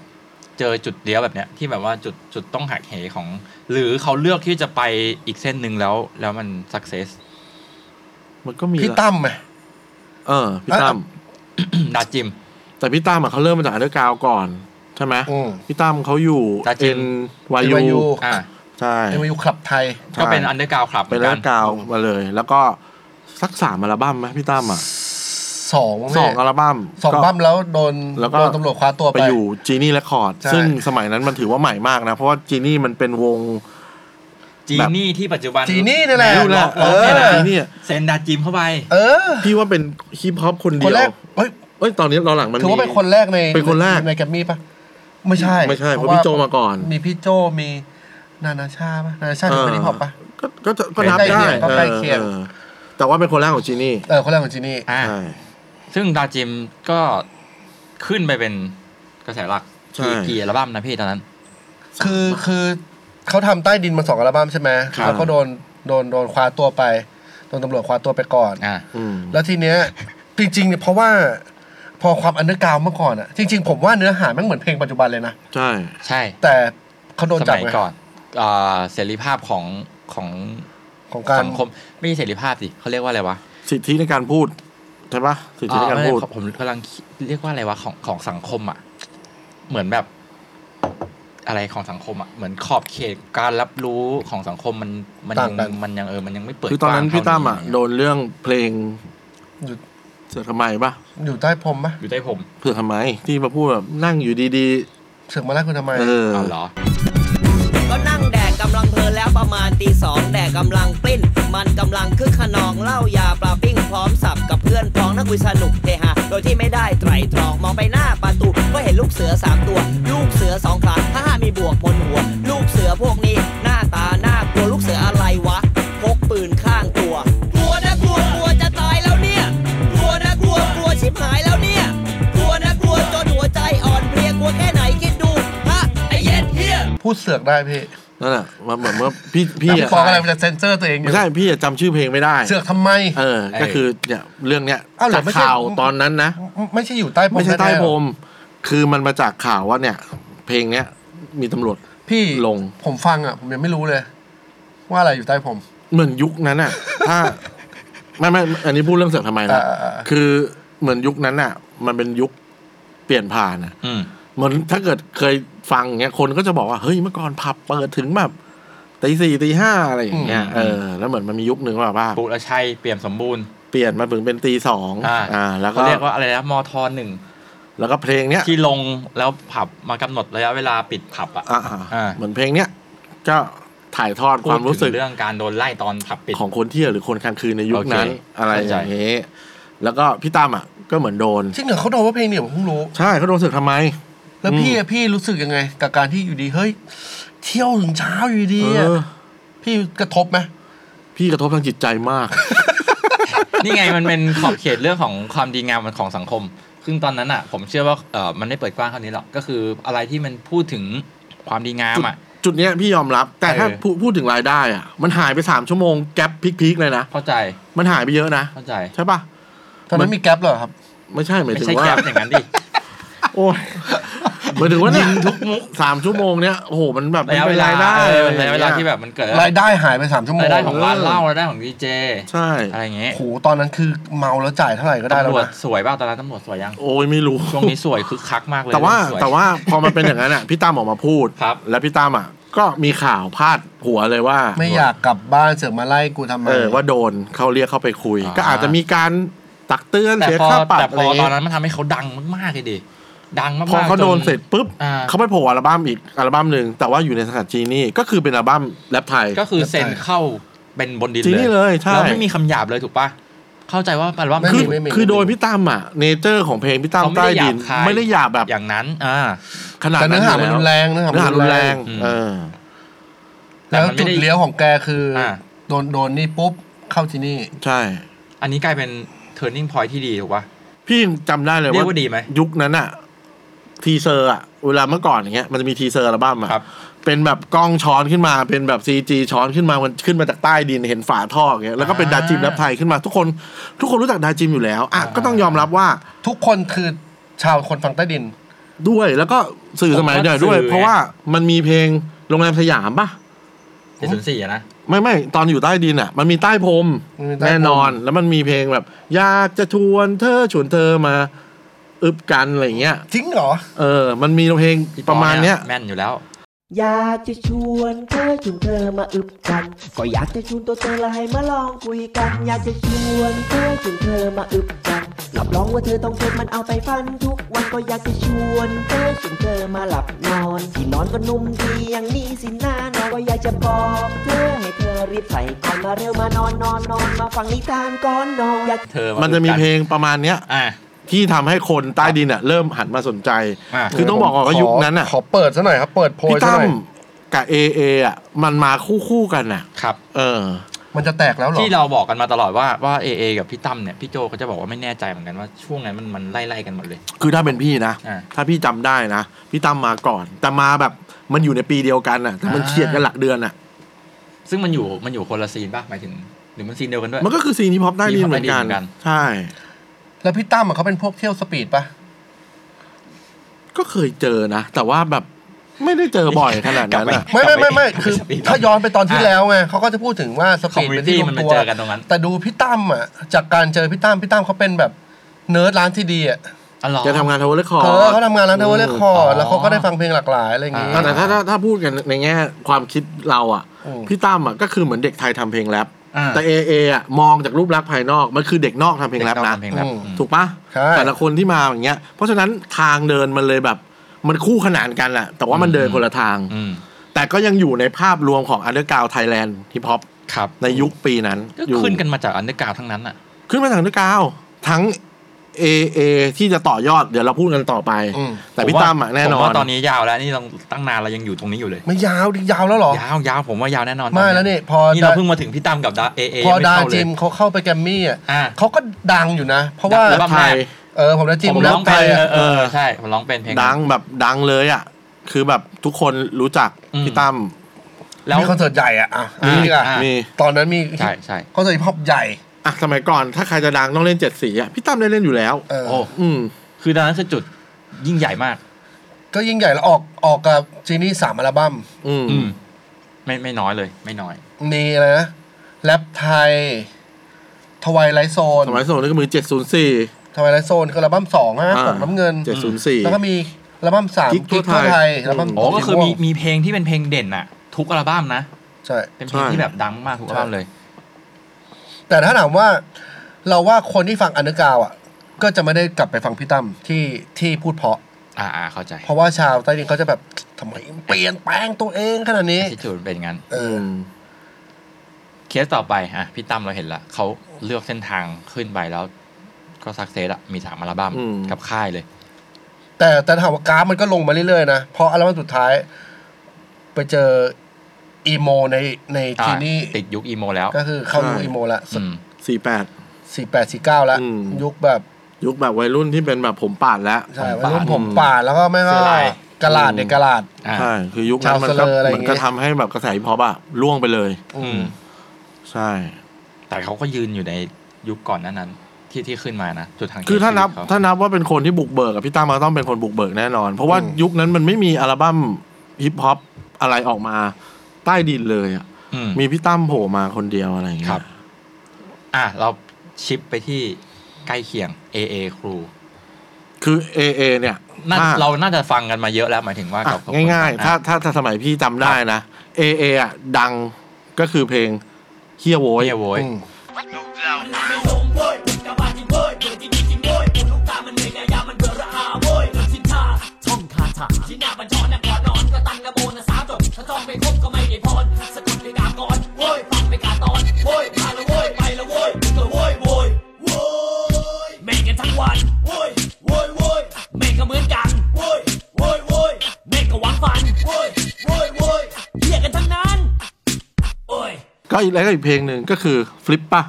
เจอจุดเลี้ยวแบบเนี้ยที่แบบว่าจุดจุดต้องหักเหของ หรือเขาเลือกที่จะไปอีกเส้นหนึ่งแล้ว แล้วมันสักเซส
มันก็มี
พี่
ละ
ตั้มไหม
เออพี่ตั้ม
[COUGHS] ดาจิม
แต่พี่ตั้มอะเขาเริ่มมาจากอันเดอร์กราวด์ก่อน ใช่ไหม
อืม
พี่ตั้มเขาอยู่
จ้าจิ
เอ็
ม
นวายู
NYU
อ่า
ใช่
เอ็มยูคลับไทย
ก็เป็นอันเดอร์กราวครับเห
เป็
มื
น
อ
อัน
น
เด
กั
อนร์กราวด์มาเลย แล้วก็สักสามอัลบั้มไหมพี่ตั้มอะ
สองมั้
ส
พี่
องอัลบั้ม
สอง
ก็
บั้มแล้วโดน
แล้วก็
โดนตำรวจคว้าตัวไป
ไปอยู่จีนี่และคอร์ด
ใช่
ซึ่งสมัยนั้นมันถือว่าใหม่มากนะ เพราะว่าจีนี่มันเป็นวง
จีนี่ที่ปัจจุบัน
จีนี่นี่แหละ
รู้แล้ว
เออ
เนี่ยนะ
จีนี่อะ
เซนดาจิมเข้าไป
เออ
พี่ว่าเป็นฮิปฮอปคน
ค
เดีย
น
ว
แรกเฮ้ย
เอ้ยตอนนี้เราหลังมัน
ถือว่า
มี
เป็นคนแรกใน
เป็นคนแรก
ในแกรมมี่ปะไม่ใช่
ไม่ใช่เพราะพี่โจมาก่อน
มีพี่โจมีนานาชาปะนานาชาถือเป็นฮิปฮอปปะ
ก็ก็จะก็นับ
ใกล้
ได้
เคียงก็ใกล้เคียง
ออแต่ว่าเป็นคนแรกของจีนี่
เออคนแรกของจีนี่
อ่า
ใช่
ซึ่งดาจิมก็ขึ้นไปเป็นกระแสหลัก
ใช่
กี่กี่อัลบั้มนะพี่ตอนนั้น
คือคือเขาทำใต้ดินมาสองอัลบั้มใช่ไหม
ครับ
แล้วก็โดนโดนโดนคว้าตัวไปโดนตำรวจคว้าตัวไปก่อน
อ่า
อืม
แล้วทีเนี้ยจริงๆเนี่ยเพราะว่าพอความอันเดอร์กราวเมื่อก่อนอะจริง ๆ ผมว่าเนื้อหาแมันเหมือนเพลงปัจจุบันเลยนะ
ใช่
ใช่
แต่เขาโดน
ส
จับ
มัย
ไง
ก่อนอ่าเสรีภาพของของ
ของการ
สังคม ไม่ใช่เสรีภาพสิเขาเรียกว่าอะไรวะ
สิทธิในการพูดใช่ปะสิทธิในการ
ไม่
พูด
ผมกำลังเรียกว่าอะไรวะของของสังคมอ่ะ เหมือนแบบ อะไรของสังคมอ่ะเหมือนขอบเขตการรับรู้ของสังคมมันมันยังมันยังเออมันยังไม่เปิด
คือตอนนั้น
กว้าง
พี่ตั้มอ่ะ
เท่านี้
โดนเรื่องเพลง
อยู่
เสือกทำไมปะ
อยู่ใต้พรมปะ
อยู่ใต้ผม
เสือกทำไมที่มาพูดแบบนั่งอยู่ดี
เสือกมาไล่คุณทำไม
ๆ เออ
เอาเหรอ
ไ
ประมาณตีสองแดดกำลังปลิ้น มันกำลังคึกขนองเหล่ายาปลาปิ้งพร้อมสับกับเพื่อนพ้องนักคุยสนุกเฮฮาโดยที่ไม่ได้ไตรตรองมองไปหน้าประตู ก็เห็นลูกเสือสามตัว ลูกเสือสองขาถ้ามีบวกบนหัว ลูกเสือพวกนี้ หน้าตาน่ากลัวลูกเสืออะไรวะพกปืนข้างตัว กลัวนะกลัวกลัวจะตายแล้วเนี่ย กลัวนะกลัวกลัวชิบหายแล้วเนี่ย กลัวนะกลัวจนหัวใจอ่อนเพลียกลัวแค่ไหนคิดดูฮะไอเย็ดเฮีย
พูดเสือกได้พี่
นั่นแหละมันเหมือนว่าพี่พี่
แต่
อะ
พี่ปองอะไรมันจะเซนเซอร์ตัวเองอยู่
ไม่ใช่พี่อะจำชื่อเพลงไม่ได้
เสือกทำไม
เออ ก็คือเนี่ยเรื่องเนี้ย
เอ้าเหรอ
จาก
ไม่ใช่
ข่าวตอนนั้นนะ
ไม่ไม่ใช่อยู่ใต้ผม
ไม่ใช่ใต้
แน่ๆห
พ
ร
ร
อ
มคือมันมาจากข่าวว่าเนี่ย เพลงเนี้ยมีตำรวจ
พี่
ลง
ผมฟังอ่ะ ผมยังไม่รู้เลย ว่าอะไรอยู่ใต้ผม
เหมือนยุคนั้นอ่ะ ถ้าไม่ไม่อันนี้พูดเรื่องเสือกทำไมนะ
อ่าอ่าอ่า
คือเหมือนยุคนั้นอ่ะ มันเป็นยุคเปลี่ยนผ่านอ่ะ
อืม
เหมือนถ้าเกิดเคยฟังเงี้ยคนก็จะบอกว่าเฮ้ยเมื่อก่อนผับเปิดถึงแบบตีสี่ตีห้าอะไรอย่างเงี้ย
อืม
เออแล้วเหมือนมันมียุคหนึ่งว่าว่า
ปุรชัยเปี่ยมสมบูรณ์
เปลี่ยนมาถึงเป็นตีสองอ่า แล้วก็
เขาเรียกว่าอะไรนะมทหนึ่ง
แล้วก็เพลงเนี้ย
ที่ลงแล้วผับมากำหนดระยะเวลาปิดผับอ่ะ
อ่า
อ่า
เหมือนเพลงเนี้ยก็ถ่ายทอด
พู
ค
ด
วามรู้สึ
ถึ
ก
งเรื่องการโดนไล่ตอนผับปิด
ของคนเที่ยวหรือคนกลางคืนในยุคนั้น
โอเค
อะไรอย่างนี้ แล้วก็พี่ตั้มอ่ะก็เหมือนโดน
จริงเหรอเขาโดนว่าเพลงเนี่ยผมเพิ่งรู้
ใช่เขาโดนสึกทำไม
แล้วพี่อะพี่รู้สึกยังไง กับการที่อยู่ดีเฮ้ย เที่ยวถึงเช้าอยู่ดีอะ
เออ
พี่กระทบไหม
พี่กระทบทางจิตใจมาก
นี่ไงมันเป็นขอบเขตเรื่องของความดีงามของสังคม ซึ่งตอนนั้นอ่ะ ผมเชื่อว่าเออมันไม่เปิดกว้างเท่านี้หรอก ก็คืออะไรที่มันพูดถึงความดีงามอ่ะ
จุดเนี้ยพี่ยอมรับ แต่ถ้า
เออ
พูดพูดถึงรายได้อ่ะ มันหายไปสามชั่วโมงแก๊ปพีคๆเลยนะ
เข้าใจ
มันหายไปเยอะนะ
เข้าใจ
ใช่ปะ
ตอนนั้นมีแก๊ปเหรอครับ
ไม่ใช่หมาย
ไม่
ถึง
ใช่
ว่า
แคปอย่างนั้นดิ
โอ้ยหมายถึงว่าเนี่ยสามชั่วโมงเนี้ยโอ้โหมันแบบ
ระยะ
มั
เว
ป็
นลาร
นายได้
เออ
อะไรอยงงี้
ระะเวลาที่แบบมันเกิด
รายได้หายไปสามชั่วโมง
รายได้ของร้าน
เออ
เหล้ารายได้ของดีเจ
ใช่
อะไรอย่างเงี้ย
โอ้โหตอนนั้นคือเมาแล้วจ่ายเท่าไหร่ก็ได้แล้
ตำ
ว
รวจ
นะ
สวยป่ะตอนนั้นตำรวจสวยยัง
โอ้ยไม่รู้
ช่วงนี้สวยคึกคักมากเลย
แต่ว่า
สย
แต่ว่าพอมันเป็นอย่างนั้นอ่ะพี่ตั้มออกมาพูด
ครับ
แล้วพี่ตั้มอ่ะก็มีข่าวพาดหัวเลยว่า
ไม่อยากกลับบ้านเสือกมาไล่กูทำไม
เออว่าโดนเขาเรียกเข้าไปคุย
อ่า
ก็อาจจะมีการตักเตือน
แต่
เสีย
พอ
ค่าปรับ
แต่
อะ
พ
ไร
อ
อย่าง
ตอ
เงี้
น
ย
นั้นมันทำให้เขาดังมากๆเลยดิดังมากๆ
พอเขา
จ
โดนเสร็จปุ๊บ
อ่า
เขาไปโผล่อัลบั้มอีกอัลบั้มหนึ่งแต่ว่าอยู่ในสังกัดจีนี่ก็คือเป็นอัลบั้มแรปไทย
ก็คือเซ็นเข้าเป็นบนดิน
จีนี่เลยใช่
แล้วไม่มีคำหยาบเลยถูกป่ะเข้าใจว่าอัลบั้ม
ไม่
คื
มี
อ
ไม่มี
คือโดย
ไม่มี
พี่ตั้มอ่ะเนเจอร์ของเพลงพี่ตั้ม
เขาไม่
ใต้
ได้หยา
ดิ
บ
น
คาย
ไม่ได้หยาบแบบ
อย่างนั้นอ่า
ขนาด
แต่
นั้น
เนื้อหามัน
ยู่
รุน
ล้ว
แรงเนื้อหา
เนื้อหา
มัน
รุ
รุ
น
น
แร
แรง ง
อืม
เออ
แล้ว
แต่มันไม่
จุด
ได้
เลี้ยวของแกคืออา โดนโดนนี่ปุ๊บเข้าที่นี่
ใช่
อันนี้กลายเป็น turning point ที่ดีถูกป่ะ
พี่ยังจำได้เลย
เรีย
ว่าก
ว่าดีไหม
ยุคนั้นอ่ะ ทีเซอร์อ่ะเวลาเมื่อก่อนอย่างเงี้ยมันจะมีทีเซอร์อัลบั้มอ่ะ
ครับ
เป็นแบบกล้องช้อนขึ้นมาเป็นแบบซีจีช้อนขึ้นมามันขึ้นมาจากใต้ดินเห็นฝาท่ออย่างเงี้ยแล้วก็เป็นดาจิมแรปไทยขึ้นมาทุกคนทุกคนรู้จักดาจิมอยู่แล้วอ่ะก็ต้องยอมรับว่า
ทุกคนคือชาวคนฟังใต้ดิน
ด้วยแล้วก็สื่อสมัยเดียวด้วย
ผมว่าสื่อ
เพราะว่ามันมีเพลงโรงแรมสยามป่ะ
เจ็ดศูนย์สี่อะนะ
ไม่ไม่ตอนอยู่ใต้ดินอ่ะ มันมีใต้พรม
มันมีใต้พรม
แน่นอน แล้วมันมีเพลงแบบ อยากจะชวนเธอชวนเธอมาอึบกันอะไรอย่างเงี้ย
จริงเหรอ
เออ มันมีเพลง
พี่
ประมาณเนี้ย
แม่นอยู่แล้ว
อยากจะชวนเธอชวนเธอมาอึบกัน ก็อยากจะชวนตัวเธอและให้มาลองคุยกัน อยากจะชวนเธอชวนเธอมาอึบกันรับรองว่าเธอต้องเธอมันเอาไปฟันทุกวันก็อยากจะชวนเธอชวนเธอมาหลับนอนที่นอนก็นุ่มดีอย่างนี้สินะนอนก็อยากจะบอกเธอให้เธอรีบใส่ก่อนมาเร็วมานอนนอนนอนมาฟังนิทานก่อนนอนอยาก
เธอ
มันจะมีเพล
กัน
งประมาณเนี้ย
อ่า
ที่ทำให้คนใต้ดินอ่ะเริ่มหันมาสนใจ
อ่ะ
คือต้องบอกก่อนว่า
ข
ยุคนั้นอ่ะ
ขอเปิดซะหน่อยครับ เปิดโพย
พี่
ซะ
ตั้
ห
ม
น่อย
กับเอเออ่ะมันมาคู่คู่ๆกันอ่ะ
ครับ
เออ
มันจะแตกแล้วเหรอ
ที่เราบอกกันมาตลอดว่าว่าเอเอกับพี่ตั้มเนี่ย พี่โจเขาจะบอกว่าไม่แน่ใจเหมือนกันว่าช่วงนั้นมันมันไล่ๆกันหมดเลย
คือถ้าเป็นพี่นะ
อ่ะ
ถ้าพี่จำได้นะ พี่ตั้มมาก่อน แต่มาแบบมันอยู่ในปีเดียวกันอ่ะ แต่มัน
อ่า
เฉียดกันหลักเดือนอ่ะ
ซึ่งมันอยู่มันอยู่คนละซีนป่ะหมายถึงหรือมันซีนเดียวกันด้วย
มันก็คือซีนที่พอปใต้ดินเหมือนกัน
ใต้ดินเหมือนกัน
ใช่
แล้วพี่ตั้มอะเขาเป็นพวกเที่ยวสปีดปะ
ก็เคยเจอนะ แต่ว่าแบบไม่ได้เจอบ่อยขนาดนั้นอ่ะ
ไม่ไม่ไม่ไม่คือ
สปีด
ถ้าย้อนไปตอนที่แล้วไงเขาก็จะพูดถึงว่าสปีดเป็น
community
ที่รว
มัน
ม
มา
ตัว
เจอกันตรงนั้น
แต่ดูพี่ตั้มอ่ะจากการเจอพี่ตั้มพี่ตั้มเขาเป็นแบบเนิร์ดร้านที่ดีอ่ะ
อ๋อเหรอ
จะทำงานทาวเวอร์เลคคอร์
เออเขาทำงานร้านเทวเลคอ
อ๋
ร์
อ
แล้วเขาก็ได้ฟังเพลงหลากหลายอะไรอย่างงี้
แต่ถ้าถ้าถ้าพูดกันในแง่ความคิดเราอ่ะ
อืม
พี่ตั้มอ่ะก็คือเหมือนเด็กไทยทำเพลงแรป
อ่า
แต่เอเออ่ะมองจากรูปลักษณ์ภายนอกมันคือเด็กนอกทำเพลงแรปนะ
เด็กนอกทำเพลงแรป
อืม
อืม
ถูกปะ
ใช่
แต่ละคนที่มาอย่างเงี้ย เพราะฉะนั้นทางเดินมันเลยแบบ มันคู่ขนานกันแหละแต่ว่ามันเดินคนละทาง
อืม
แต่ก็ยังอยู่ในภาพรวมของอันเดอร์กราวไทยแลนด์ฮิปฮอป
ครับ
ในยุคปีนั้น
ก็
อยู่
ขึ้นกันมาจากอันเดอร์กราวด์ทั้งนั้นอ่ะ
ขึ้นมาจากนึกกาวทั้ง AA ที่จะต่อยอดเดี๋ยวเราพูดกันต่อไป
อืม
แต่พี่
ผว่
ตั้มอะแน่นอ
ผม
น
ว่าตอนนี้ยาวแล้วนี่ต้องตั้งนานเรายังอยู่ตรงนี้อยู่เลย
ไม่ยาวดิยาวแล้วเหรอ
ยาวยาวผมว่ายาวแน่นอน
ไม่
ตอ
แล้วนี่พอ
นี่เรา
ได้
เพิ่งมาถึงพี่ตั้มกับดาเอเอ
พอดา
เข้เลย
จิมเขาเข้าไปแกรมมี่อ่ะ
อ่ะ
เขาก็ดังอยู่นะ เพราะว่า
อัลบั้ม
ไท
แร
ย
ก
เออผมดาจิม
ผมร้อง
ไป
เป็น
อะ
เออเออใช่ผมร้องเป็นเพลงนั้น
ดังแบบดังเลยอ่ะ คือแบบทุกคนรู้จัก
อืม
พี่ตั้ม
แล้ว
มีคอนเสิร์ตใหญ่อะอ่ะ
อ่ะ
นี่อ่ะ
อ่ะ
มี
ตอนนั้นมี
ใช่ใช่
คอนเสิร์ตฮิปฮอปใหญ่
อ่ะสมัยก่อนถ้าใครจะดังต้องเล่นเจ็ดสีอ่ะพี่ตั้มได้เล่นอยู่แล้ว
เออ
โอ้
อืม
คือตอนนั้นคือจุดยิ่งใหญ่มาก
ก็ยิ่งใหญ่แล้วออกออกกับจีนี่สามอัลบั้ม
อืม
อืมไม่ไม่น้อยเลย ไม่น้อย
มีอะไรนะแรปไทย ทวายไลโซน
สมัยโซนนี่ก็มือเจ็ดศูนย์สี่
ทวายไลโซนคืออัลบั้มสองนะ
อ่า
ผมน้ำเงิน
เจ็ดศูนย์สี่
แล้วก็มีอัลบั้มสาม
กิ๊กทั่วไทย
อัลบั้ม
โอ้ก็คือ
สีม่ว
มี
ง
มีเพลงที่เป็นเพลงเด่นอะทุกอัลบั้มนะ
ใช่
เป็นเพลง
ใช่
ที่แบบดังมากทุกอัลบั้มเลย
แต่ถ้าถามว่าเราว่าคนที่ฟังอนุกาวอ่ะ ก็จะไม่ได้กลับไปฟังพี่ตั้มที่ที่พูดเพราะ
อ่าอ่าเข้าใจ
เพราะว่าชาวใต้ดินเขาจะแบบทำไมเปลี่ยนแปลงตัวเองขนาดนี้
ที่จุดมันเป็นอย่างนั้น
เออ
เคสต่อไปอ่ะพี่ตั้มเราเห็นละเขาเลือกเส้นทางขึ้นไปแล้ว ก็สักเซสอะมีสามอัลบั้ม
อืม
กับค่ายเลย
แต่แต่ถามว่ากราฟมันก็ลงมาเรื่อยๆนะเพราะอัลบั้มสุดท้าย ไปเจออีโมในในทีนี่
อ่าติดยุคอีโมแล้ว
ก็คือเข้ายุค
ใช่
อีโมละ
อืม
สี่แปด
สี่แปดสี่เก้าละ
อืม
ยุคแบบ
ยุคแบบวัยรุ่นที่เป็นแบบผมปาดแล้ว
ใช่
ผม
วัย
ป่า
รุ่น
ด
ผมป่าดแล้วก็ไม่
เสื้
ก็
อลาย
กระลาด
อืม
เด็กกระลาด
อ่า
ใช่คือยุคนั้นมัน
ชาวสเล
ก็
ออะไรอย่าง
มัน
เงี้ย
ก็ทำให้แบบกระแสฮิปฮอปอะล่วงไปเลย
อืม
ใช่
แต่เขาก็ยืนอยู่ในยุคก่อนหนั้นนั้น ที่ที่ขึ้นมานะจุดทาง
คือถ้านับ
ชีวิตเข
ถ้านับว่าเป็นคนที่บุกเบิกอะพี่ตั้มมันต้องเป็นคนบุกเบิกแน่นอน เพราะว่า
อืม
ยุคนั้นมันไม่มีอัลบั้มฮิปฮอปอะไรออกมาใต้ดินเลยอะ
อืม
มีพี่ตั้มโผล่มาคนเดียวอะไรอย่างเงี้
ครั
ย
บ อ่ะเราชิปไปที่ใกล้เคียง AA ครู
คือ AA เนี่ย
น่า
ถ้
เราน่าจะฟังกันมาเยอะแล้วหมายถึงว่า
อ่ะ
กับ
ง่ายๆ ถ้าถ้าถ้าสมัยพี่จำได้นะ AA อะดังก็คือเพลงเฮียโวย
โอ้ยโวย
อืม
ก็อีกแล้วก็อีกเพลงหนึ่งก็คือฟลิปป่ะ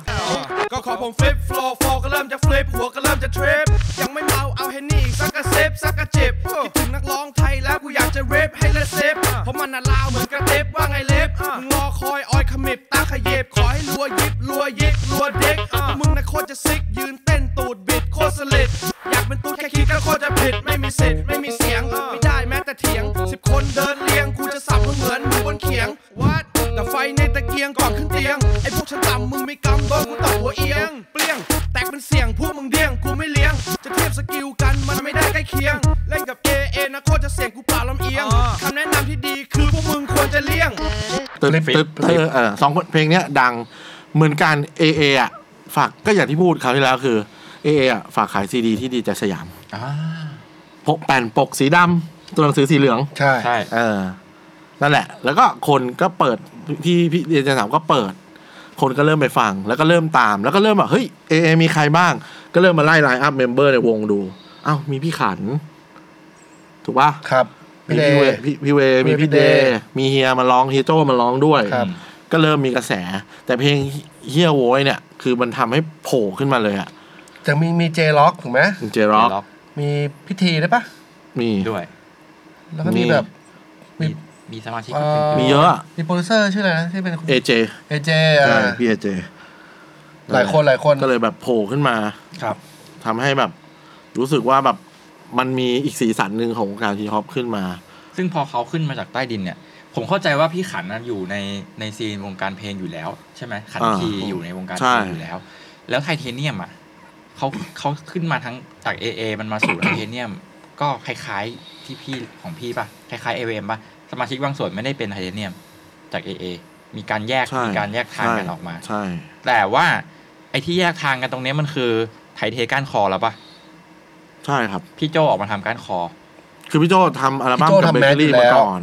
ก็ขอผมฟลิปโฟล์ฟอก็เริ่มจะฟลิป หัวก็เริ่มจะทริป ยังไม่เมาเอาเฮนนี่อีกสักกระเซฟสักกระจิบคิดถึงนักร้องไทยแล้วกูอยากจะเรปให้ละเซฟเพราะมันน่ะลาวเหมือนกระเต็บว่าไงเล็บมึงรอคอยออยขมิบตาขยิบขอให้รัวยิบรัวยิกรัวเด็กมึงน่ะโคตรจะซิกยืนเต้นตูดบิดโคตรสลิดอยากเป็นตูดแค่คิดก็โคตรจะผิดไม่มีสิทธิ์ไม่มีเสียงไม่ได้แม้แต่เถียงสิบคนเดินเรียงกูจะสับมึงเหมือนหมูบนเขียงวัด แต่ไฟในตะเกียงก่อนขึ้นเตียง ไอ้พวกฉันต่ำมึงไม่กำโดนกูตบหัวเอียง เปลี่ยง แตกเป็นเสียงพวกมึงเดี้ยงกูไม่เลี้ยง จะเทียบสกิลกันมันไม่ได้ใกล้เคียง เล่นกับเอเอนะโคตรจะเสียงกูเปล่าลำเอียงคำแนะนำที่ดีคือพวกมึงควรจะเลี่ยง
ตึ๊ดตึ๊ดเธอเออสองคนเพลงเนี้ยดังเหมือนกัน AA อ่ะฝากก็อย่างที่พูดคราวที่แล้วคือ AA อ่ะฝากขายซีดีที่ดีใจสยาม
อ่า
พกแผ่นปกสีดำตัวหนังสือสีเหลือง
ใช่
ใช่
เออ นั่นแหละ แล้วก็คนก็เปิดพี่พี่เดียจสามก็เปิด คนก็เริ่มไปฟัง แล้วก็เริ่มตาม แล้วก็เริ่มแบบเฮ้ยเอเอมีใครบ้าง ก็เริ่มมาไล่ไลน์อัพเมมเบอร์ในวงดูอ้าวมีพี่ขัน ถูกปะ
ครับ
มี
พี่เด
พี่เวพี่พี่เวมีพี่
พี่
เด
เด
ย์มีเฮียมาร้องเฮียโจมาร้องด้วย
ครับ
ก็เริ่มมีกระแส แต่เพลงเฮียโวยเนี่ย คือมันทำให้โผล่ขึ้นมาเลยอ่ะ
จะมีมีเจล็อกถูกไหม
เจร็อก
ล็อก
มีพิธีได้วยปะ
มี
ด้วย
แล้วก็มีแบบ มี
มีมีสมาชิก
เอ่
คนอื่น
อ
มีเยอะอะ
มีโปรดิวเซอร์ชื่ออะไรนะที่เป็น
เอเจ
เอเจอ่ะ
ใช่พี่เอเจ
หลายคนหลายคน
ก็เลยแบบโผล่ขึ้นมา
ครับ
ทำให้แบบ รู้สึกว่าแบบมันมีอีกสีสันหนึ่งของวงการทีฮอปขึ้นมา
ซึ่งพอเขาขึ้นมาจากใต้ดินเนี่ย ผมเข้าใจว่าพี่ขันน่ะอยู่ในในซีนวงการเพลงอยู่แล้ว ใช่ไหมขัน
อ่า
ทีอยู่ในวงการ
ใช่
เพลงอยู่แล้ว แล้วไทเทเนียมอ่ะเขาเขาขึ้นมาทั้งจาก AA มันมาสู่ ไทเทเนียม ก็คล้ายๆที่พี่ของพี่ป่ะ คล้ายๆเอเมป่ะ สมาชิกบางส่วนไม่ได้เป็นไทเทเนียมจาก AA มีการแยก
ใช่
มีการแยกทางกันออกมา
ใช่
แต่ว่าไอ้ที่แยกทางกันตรงเนี้ยมันคือไทเทก้านคอแล้วป่ะ
ใช่ครับ
พี่โจออกมาทำก้านคอ
คือพี่โจทำอัลบั้ม
พี่โจ้
กับ
ทำ
เบ
แม
เก
ส
อรี่
อยู่แล้
มาว ก่อน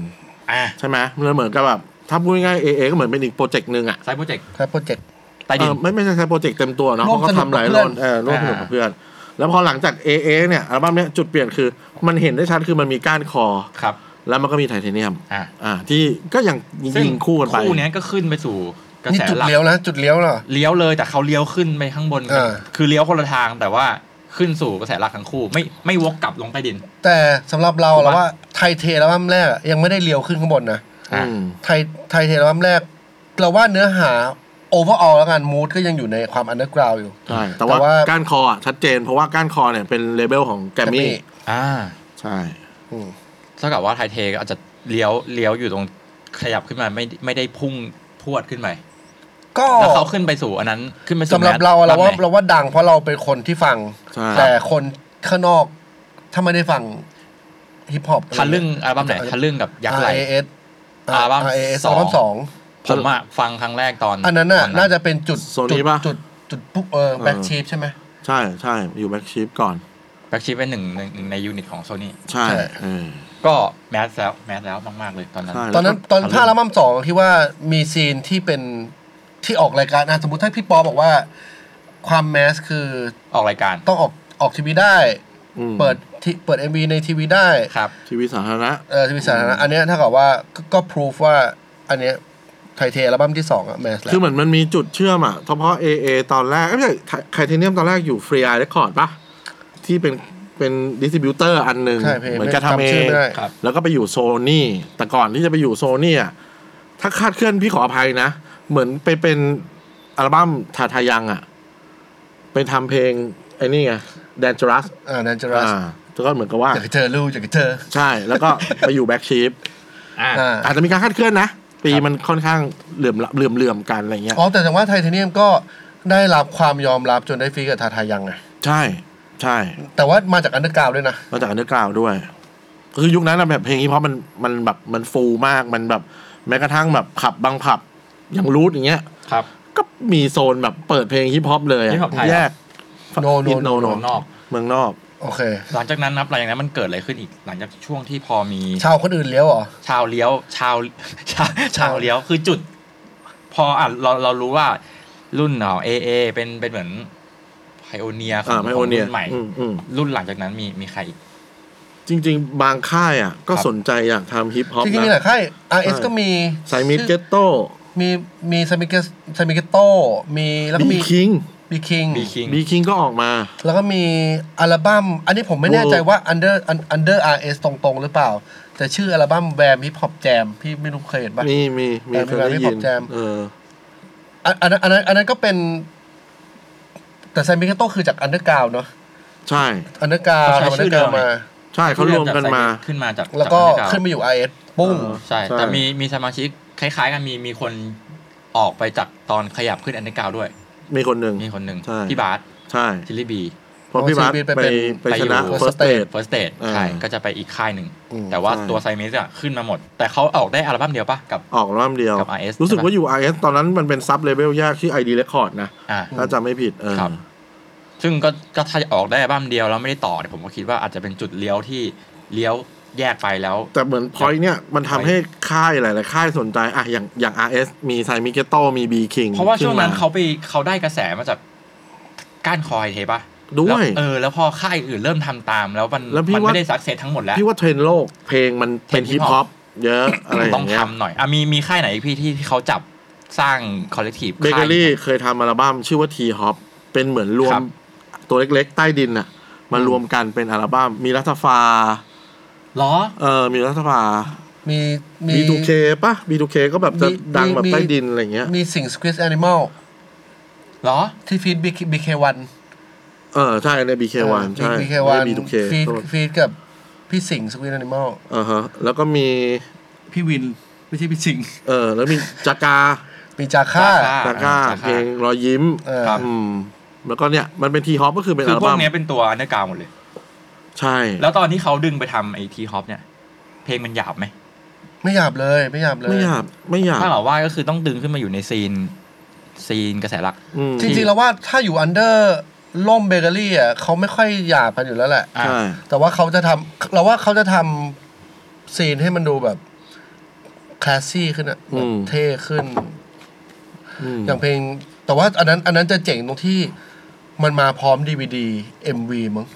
อ่ะ
ใช่ไหมมันเหมือนกับแบบถ้าพูดง่ายๆเอเอก็เหมือนเป็นอีกโปรเจกต์หนึ่งอ่ะ
ไซต์โปรเจกต์
ครับโปรเจกต์
ใต้
เอ
ดิน
อไม่ไม่ใช่ใช้โปรเจกต์เต็มตัวเนาะ
ร่ว
เขา
ม
ก็
สนุก
ทำหลาย
กับ
ร
เพื่
อ
อน
นเออร่วมสนุกกับเพื่อน แล้วพอหลังจาก AA เนี่ยอัลบั้มเนี้ยจุดเปลี่ยนคือมันเห็นได้ชัดคือมันมีก้านคอ
ครับ
แล้วมันก็มีไทเทเนียม
อ่ะ
อ่าที่ก็ยังยิงคู่กันไป
คู่เนี้ยก็ขึ้นไปสู่กระ
นี่
แส
จุด
หลัก
เลี้ยวนะจุดเลี้ยวเหรอ
เลี้ยวเลยแต่เขาเลี้ยวขึ้นไปข้างบน
เออ
คือเลี้ยวคนละทางแต่ว่าขึ้นสู่กระแสหลักทั้งคู่ ไม่ไม่วกกลับลงใต้ดิน
แต่สำหรับเรา
ถูกปะ
เราว่าไทยเทแล้วบั้มแรกอะยังไม่ได้เลี้ยวขึ้นข้างบนนะ
อ่ะ
อืม
ไทยไทยเทแล้วบั้มแรก เราว่าเนื้อหาโอเวอร์ออลแล้วกันมูดก็ยังอยู่ในความอันเดอร์กราวอยู่
ใช่แต่
แต่
ว่า
ว่า
ก้านคออ่ะชัดเจน เพราะว่าก้านคอเนี่ยเป็นเลเบลของแกรมมี่
อ่า
ใช่
อืม
เท่ากับว่าไทเทก็อาจจะเลี้ยวเลี้ยวอยู่ตรงขยับขึ้นมาไม่ไม่ได้พุ่งพรวดขึ้นไป
ก็
แล้วเขาขึ้นไปสู่อันนั้นขึ้นไปสู่
สำหรับ
แมส
เราอะเราว่า
ไหน
เราว่าดังเพราะเราเป็นคนที่ฟัง
ใช่
แต่คนข้างนอกถ้าไม่ได้ฟังฮิปฮอป
ทะลึ่งอัลบั้มไหนทะลึ่งกับยักษ์ไหล
ไร RAS
อัลบั้ม
RAS
สอ
อัล
ง
บั้มสอง
ผมอะฟังครั้งแรกตอน
อันนั้นน่ะ
ต
น่าจะเป็นจุด
โซ
จุด
นี้ป่ะ
จุดจุดปุ๊บเออ
เออ
แบ็กชีฟใช่ไหม
ใช่ใช่อยู่แบ็กชีฟก่อน
แบ็กชิปเป็นหนึ่งหนึ่งหนึ่งในยูนิตของโซนี่
ใช่
ใช่
เออ
ก็แมสแล้วแมสแล้วมาก ๆ เลยตอนนั้น
ใช่
ตอนนั้น
แล้วก็
ตอนผ้า
ทะ
ละ
ง
มั่มสองที่ว่ามีซีนที่เป็นที่ออกรายการนะสมมติถ้าพี่ปอบอกว่า ความแมสคือ
ออกรายการ
ต้องออกออกทีวีได้
อืม
เปิดที่เปิด MV ในทีวีได้
ครับ
ชีวิตสาธารณะ
เออทีวีสาธารณะอันเนี้ยถ้ากับว่าก็ก็พิสูจว่า อันเนี้ยไทเทอัลบั้มที่สองอะแมสแล้ว
คือเหมือนมันมีจุดเชื่อมอ่ะเพราะ AA ตอนแรกไม่ใช่ไทเทเนียมตอนแรกอยู่ฟรีไอเรคคอร์ดป่ะ ที่เป็นเป็นดิสติบิวเตอร์อันหนึ่ง
ใช่เพลง
เหมือนจะทำเอ
ชื่
ง
ไม่ได้
ครับ
แล้วก็ไปอยู่โซนี่แต่ก่อนที่จะไปอยู่โซนี่อ่ะถ้าคาดเคลื่อนพี่ขออภัยนะ เหมือนไปเป็นอัลบั้มทาทายังอ่ะ ไปทำเพลงไอ้นี่ไง Dangerous
อ่านันจรั
อ่า
ส
แล้วก็เหมือนกับว่า
อยากให้เจอลูกอยากให้เจอ
ใช่ แล้วก็ไปอยู่แบ็กชีฟ
อ่า
อ่า
อาจจะมีการคาดเคลื่อนนะ ปีมันค่อนข้างเหลื่อมละเหลื่อมเหลื่อมกันอะไรเงี้ย
อ๋อแต่แต่ว่าไทเทเนียมก็ได้รับความยอมรับจนได้ฟีกับทาทายังไง
ใช่ ใช่
แต่ว่ามาจากอันเดอร์กราวด้วยนะ
มาจากอันเดอร์กราวด้วย คือยุคนั้นอะแบบเพลงนี้เพราะมันมันแบบมันฟูมากมันแบบแม้กระทั่งแบบผับบางผับอย่างรูทอย่างเงี้ย
ครับ
ก็มีโซนแบบเปิดเพลงฮิปฮอปเลยอะ
ฮิปฮอปไทยเหรอ
แยก
No, no,
โน
no,
โน
เมืองนอก
เมืองนอก
โอเค
หลังจากนั้นนับหลังจากนั้นมันเกิดอะไรขึ้นอีก หลังจากช่วงที่พอมี
ชาวคนอื่นเลี้ยวเหรอ
ชาวเลี้ยว ชาว [LAUGHS] ชาวชาวเลี้ยวคือจุด พออ่ะเราเรารู้ว่ารุ่นของเอเอเป็นเป็นเหมือนไพโอเนียขอ
อ่าง ไม
ข
โอ
อง
เนีย
รุ่นใหม่
อืมอืม
รุ่นหลังจากนั้นมีมีใครอีก
จริง ๆ บางค่ายอ่ะ ก็
ครับ
สนใจอยากทำฮิปฮอป
จริงๆมีหลา
นะ
ยค่าย RS ก็มี
ไซมิดเก
ชื่อ
ตโต้
มีมีไซมิเกสไซมิเกโตมีแล้วก็
บี
มี
คิง
บีคิง
บีคิง
บีคิงก็ออกมา
แล้วก็มีอัลบั้ม อันนี้ผมไม่แน่ใจ
Whoa
ว่า under un- under RS ตรงๆ หรือเปล่า แต่ชื่ออัลบั้มแวมฮิปฮอปแจมพี่ไม่รู้เคยเห็นป่ะ
มีมีมี
เออ
เค
มี
ย
แบบ
ได้
hip
ยิ
hop
น
jam
เออ
อันอันนั้นอันนั้นอันนั้นก็เป็น แต่ไซมิเกโตคือจากอันเดอร์กราวเนาะ
ใช่
อันเดอร์กราว
เขาใช้
อัน
ชื่
เดอ
อ
ร์กราว
เดิมไหม
มา
ใช่เขารวมกันมา
ขึ้นมาจาก
แล้วก็
จาก
ขึ้นมาอยู่ RS ปุ้ง
เออ
ใช่
ใช่
แต่มีมีสมาชิกคล้าย ๆ กันมีมีคนออกไปจากตอนขยับขึ้นอันเดอร์กราวด้วย
มีคนหนึ่ง
มีคนหนึ่ง
ใช่
พี่บาส
ใช่
ชิลลี่บี
เพราะพี่บาส
ไป
ไป
เป็น
ไปชนะ
ไปอยู่
First State
First Stage
อ่า
ใช่ก็จะไปอีกค่ายหนึ่ง
อืม
แต่ว่า
ใช่
ตัวไซมิสอะขึ้นมาหมด แต่เขาออกได้อัลบั้มเดียวปะกับ
ออกรอบเดียว
กับ RS
รู้สึก
ใช่ปะ
ว่าอยู่ RS ตอนนั้นมันเป็นซับเลเวลแยกที่ ID Record นะ
อ่า
ถ้าจำไม่ผิดเออ
ครับ ซึ่งก็ก็ถ้าออกได้อัลบั้มเดียวแล้วไม่ได้ต่อเนี่ยผมก็คิดว่าอาจจะเป็นจุดเลี้ยวที่เลี้ยวแยกไปแล้ว
แต่เหมือนพอยเนี่ยมันทำให้ค่ายหลายๆค่ายสนใจอะอย่างอย่าง RS มีไซมิเกโตมีบีคิง
เพราะว่าช่วงนั้นเขาไปเขาได้กระแสมาจากก้านคอยเทปะ
ด้ว
แล้ว
ย
เออแล้วพอค่ายอื่นเริ่มทำตาม แล้วมัน
แล้วพี่
มัน
ว่า
ไม่ได้ซักเซสทั้งหมดแล้ว
พี่ว่าเทรนด์โลกเพลงมันเป็น
เทรนด์
ฮิปฮอป
hip-hop
เยอะอะไรอ
ต้อย่าง
งเงี้ย
ทำหน่อยอ่ะมีมีค่ายไหนอีกพี่ที่ที่เขาจับสร้างคอลเลกทีฟ
เบเกอรี่เคยทำอัลบั้มชื่อว่าทีฮอปเป็นเหมือนรวม
ครับ
ตัวเล็กๆ ใต้ดินอะมารวมกันเป็นอัลบั้มมีรัฐฟา
หรอ
เออมีรัฐฟา
มีมี
B2K ป่ะ B2K ก็แบบจะ
มี
ดังแบบ
มี
ใต้ดินอะไรเงี้ย
มีสิ่งสควิสแอนิมอล
เหรอ
ที่ฟีดบีบีเควัน
เออใช่ใน BK1 ใช่
บีเควัน
ไม่ใช่ B2K
ฟีด
โทษ
ฟีดกับพี่สิงห์สควิสแอนิมอล
อ่าฮะแล้วก็มี
พี่วิน ไม่ใช่พี่สิง
เออแล้วมีจากา
มีจาค่า
จาค่
ตาก้า
ตาก้า
เพลงรอยยิ้ม
เออ
อืมแล้วก็เนี่ยมันเป็นทีฮอปก็คือเป็น
คื
อั
อ
ล
พว
บั้
ก
ม
เนี้ยเป็นตัวอันเดอร์กราวหมดเลย
ใช่
แล้วตอนที่เขาดึงไปทำไอทีฮอปเนี่ย เพลงมันหยาบไหม
ไม่หยาบเลยไม่หยาบเลย
ไม่อยากไม่อยาก
ถ้าเราว่าก็คือต้องดึงขึ้นมาอยู่ในซีน ซีนกระแสหลัก
อืม
จริงๆ แล้วว่าถ้าอยู่อันเดอร์ล่มเบเกอรี่อ่ะเขาไม่ค่อยหยาบกันอยู่แล้วแหละ
อ่ะ
ใช่
แต่ว่าเขาจะทำเราว่าเขาจะทำซีนให้มันดูแบบ คลาสซี่ขึ้นอะแบบ
อืม
เท่ขึ้น
อืม
อย่างเพลง แต่ว่าอันนั้น อันนั้นจะเจ๋งตรงที่มันมาพร้อมดีวดีเอ็มวีมั้ง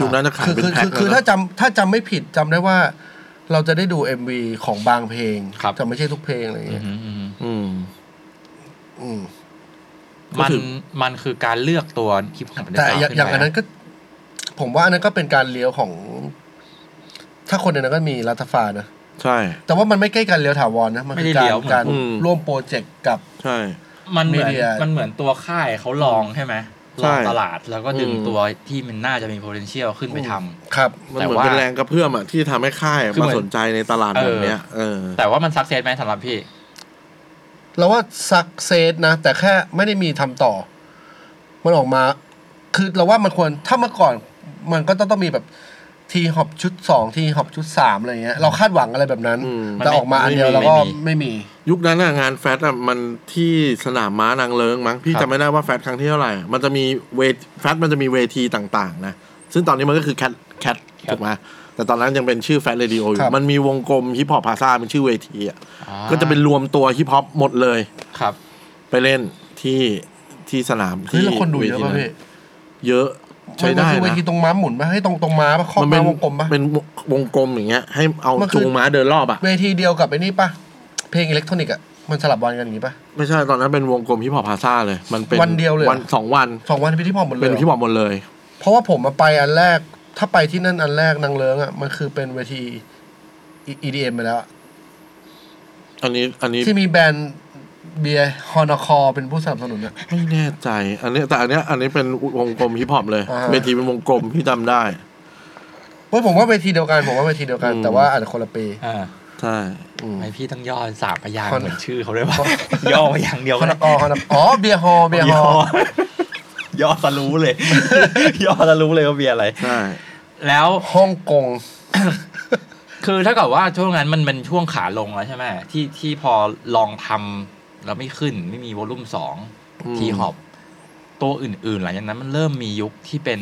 ยุคนั้นจะขาย
คือ
เป็น
คือ
แพ็ค
คือคือ
เลยนะ
ถ้าจำถ้าจำไม่ผิดจำได้ว่า เราจะได้ดู MV ของบางเพลง
ครับ
แต่ไม่ใช่ทุกเพลงอะไรอย่าง
อื
เงี้
อย หืออือหือ
อืม
อืม
มัน
ก็คือ
มันคือการเลือกตัวคลิปของประเด็น
แต่
สาม
อย่าง
ขึ้
อย่าง
ไป
อันนั้นก็ ผมว่าอันนั้นก็เป็นการเลี้ยวของ ถ้าคนในนั้นก็มีรัฐฟ้านะ
ใช่
แต่ว่ามันไม่ใกล้การเลี้ยวถาวรนะ มันคือกา
ไม่ได้
ร
เลี้ยวเหมือน
การ
อืม
ร่วมโปรเจกต์กับ
ใช่
มันเหมือน
media
มันเหมือนตัวค่ายเขาลองใช่ไหมล
ใช่
องตลาดแล้วก็ดึง
อืม
ตัวที่มันน่าจะมี potential ขึ้นไปทำ
ครับ
มัน
แต่
เหมือน
ว่า
เป็นแรงกระเพื่อมอะที่ทำให้ค่าย
คือ
มา
เหมือน
สนใจในตลาดแบบเนี้ย เออ
แต่ว่ามันสักเซสไหมสำหรับพี่
เราว่าสักเซสนะ แต่แค่ไม่ได้มีทำต่อ มันออกมา คือเราว่ามันควรถ้าเมื่อก่อน มันก็ต้องต้องมีแบบทีหอบชุดสองทีหอบชุดสามอะไรเงี้ยเราคาดหวังอะไรแบบนั้น
อืม
แต่ออกมาอันเดียว
มันไม่
แล้วก็
ไม่มี
ไม่มี
ยุคนั้นน่ะงานแฟตอะมันที่สนามม้านางเลิงมั้งพี่
ครับ
จำไม่ได้ว่าแฟตครั้งที่เท่าไหร่อะมันจะมีเวทแฟตมันจะมีเวทีต่างๆ นะ ซึ่งตอนนี้มันก็คือแคทแคทถูกไหมแต่ตอนนั้นยังเป็นชื่อแฟตเรดิโออ
ครั
ยู่
บ
มันมีวงกลมฮิปฮอปพาซาเป็นชื่อเวทีอะก็จะเป็นรวมตัวฮิปฮอปหมดเลย
ครับ
ไปเล่นที่ที่สนาม
เฮ้ย
ที่
แล้วคนดูเยอะ
ว
ป่ะ
ที
พี่
เยอะใช้ได้
มันคือเว
นะ
ทีตรงม้าหมุนป่ะให้ตรงตรงม้าป่ะข้อ
มันเป็
ม้าน วงกลมป่ะ
เป็นวงกลมอย่างเงี้ย ให้เอา
มันคือ
จูงม้าเดินรอบอะ
เวทีเดียวกับไอ้นี่ป่ะ เพลงอิเล็กทรอนิกส์อ่ะ มันสลับวันกันอย่างงี้ป่ะ
ไม่ใช่ตอนนั้นเป็นวงกลมฮิปฮอปพาซาเลย มันเป็น
วันเดียวเลยเหรอ
วันสองวัน
สองวันพี่ที่พอหมดเลย
เป็น
เหรอ
ฮิปฮอปหมดเลย
เพราะว่าผมมาไปอันแรก ถ้าไปที่นั่นอันแรกนางเลิงอ่ะ มันคือเป็นเวที EDM ไปแล้วอะ
อันนี้อันนี้
ที่มีแบรนด์เบียร์ฮอนอคอเป็นผู้สนับสนุนอะ
ไม่แน่ใจ อันนี้แต่อันเนี้ยอันนี้เป็นวงกลมฮิปฮอปเลย
อ่าฮะ
เวทีเป็นวงกลมที่จำได้
เฮ้ยผมว่าเวทีเดียวกันผมว่าเวทีเดียวกัน
อืม
แต่ว่าอาจจะคนละปี
อ่า
ใช่
ทำไมพี่ต้องย่อสามพยางค์
คน
เหมือนชื่อเขาด้วยวะ ย่อพยางค์เดียว
ฮ
กั
อน นอคอฮอนออ๋อเบียร์ฮอเบียร์ฮ
ย่
อ
อ [LAUGHS] ย่อสรู้เลย [LAUGHS] ย่อสรู้เลยว่าเบียร์อะไร
ใช่
แล้ว [COUGHS]
ฮ่องกง
คือถ้าเกิดว่าช่วงนั้นมันเป็นช่วงขาลงแล้วใช่ไหมที่ที่พอลองทำแล้วไม่ขึ้นไม่มีวอลลุ่มสองทีฮอปตัวอื่นๆหลังจากนั้นมันเริ่มมียุคที่เป็น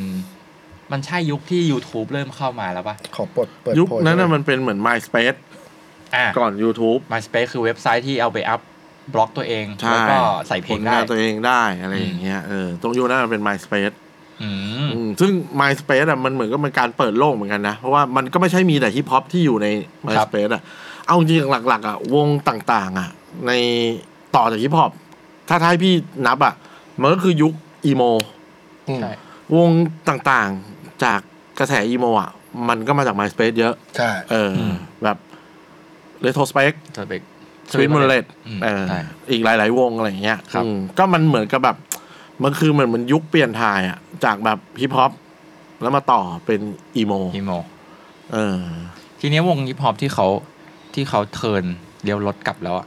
มันใช่ยุคที่ YouTube เริ่มเข้ามาแล้วปะ
ขอปลดเปิด
ยุค
โพย
นั้นน่ะ
ด้วย
มันเป็นเหมือน MySpace
อ่ะ
ก่อน YouTube
MySpace คือเว็บไซต์ที่เอาไปอัพบล็อกตัวเอง
ใช่
แล้วก็ใส่เพลง
ผ
ได้
งานตัวเองได้อะไรอย่างเงี้ยเออตรงยุคนั้นมันเป็น MySpace
อืม
อืมซึ่ง MySpace อ่ะมันเหมือนก็เป็นการเปิดโลกเหมือนกันนะ เพราะว่ามันก็ไม่ใช่มีแต่ฮิปฮอปที่อยู่ใน MySpace อ่ะ เอาจริงๆหลักๆอ่ะวงต่างๆ อ่ะ ในต่อจากฮิปฮอปถ้าท้ายพี่นับอ่ะ มันก็คือยุคอีโม
อืม
ใช่
วงต่างๆจากกระแสอีโมอ่ะ มันก็มาจาก MySpace เยอะ
ใช่
เอออ
ม
แบบเลโทสเปก
เธอไป
สวิตมอนเลต
อืม
เออ
ใช่
อีกหลาย ๆ วงอะไรอย่างเงี้ย
ครับ
อืมก็มันเหมือนกับแบบ มันคือเหมือนมันยุคเปลี่ยนทายอะจากแบบฮิปฮอปแล้วมาต่อเป็นอีโม
อีโม
เออ
ทีเนี้ยวงฮิปฮอปที่เขาที่เขาเทิร์นเลี้ยวรถกลับแล้วอะ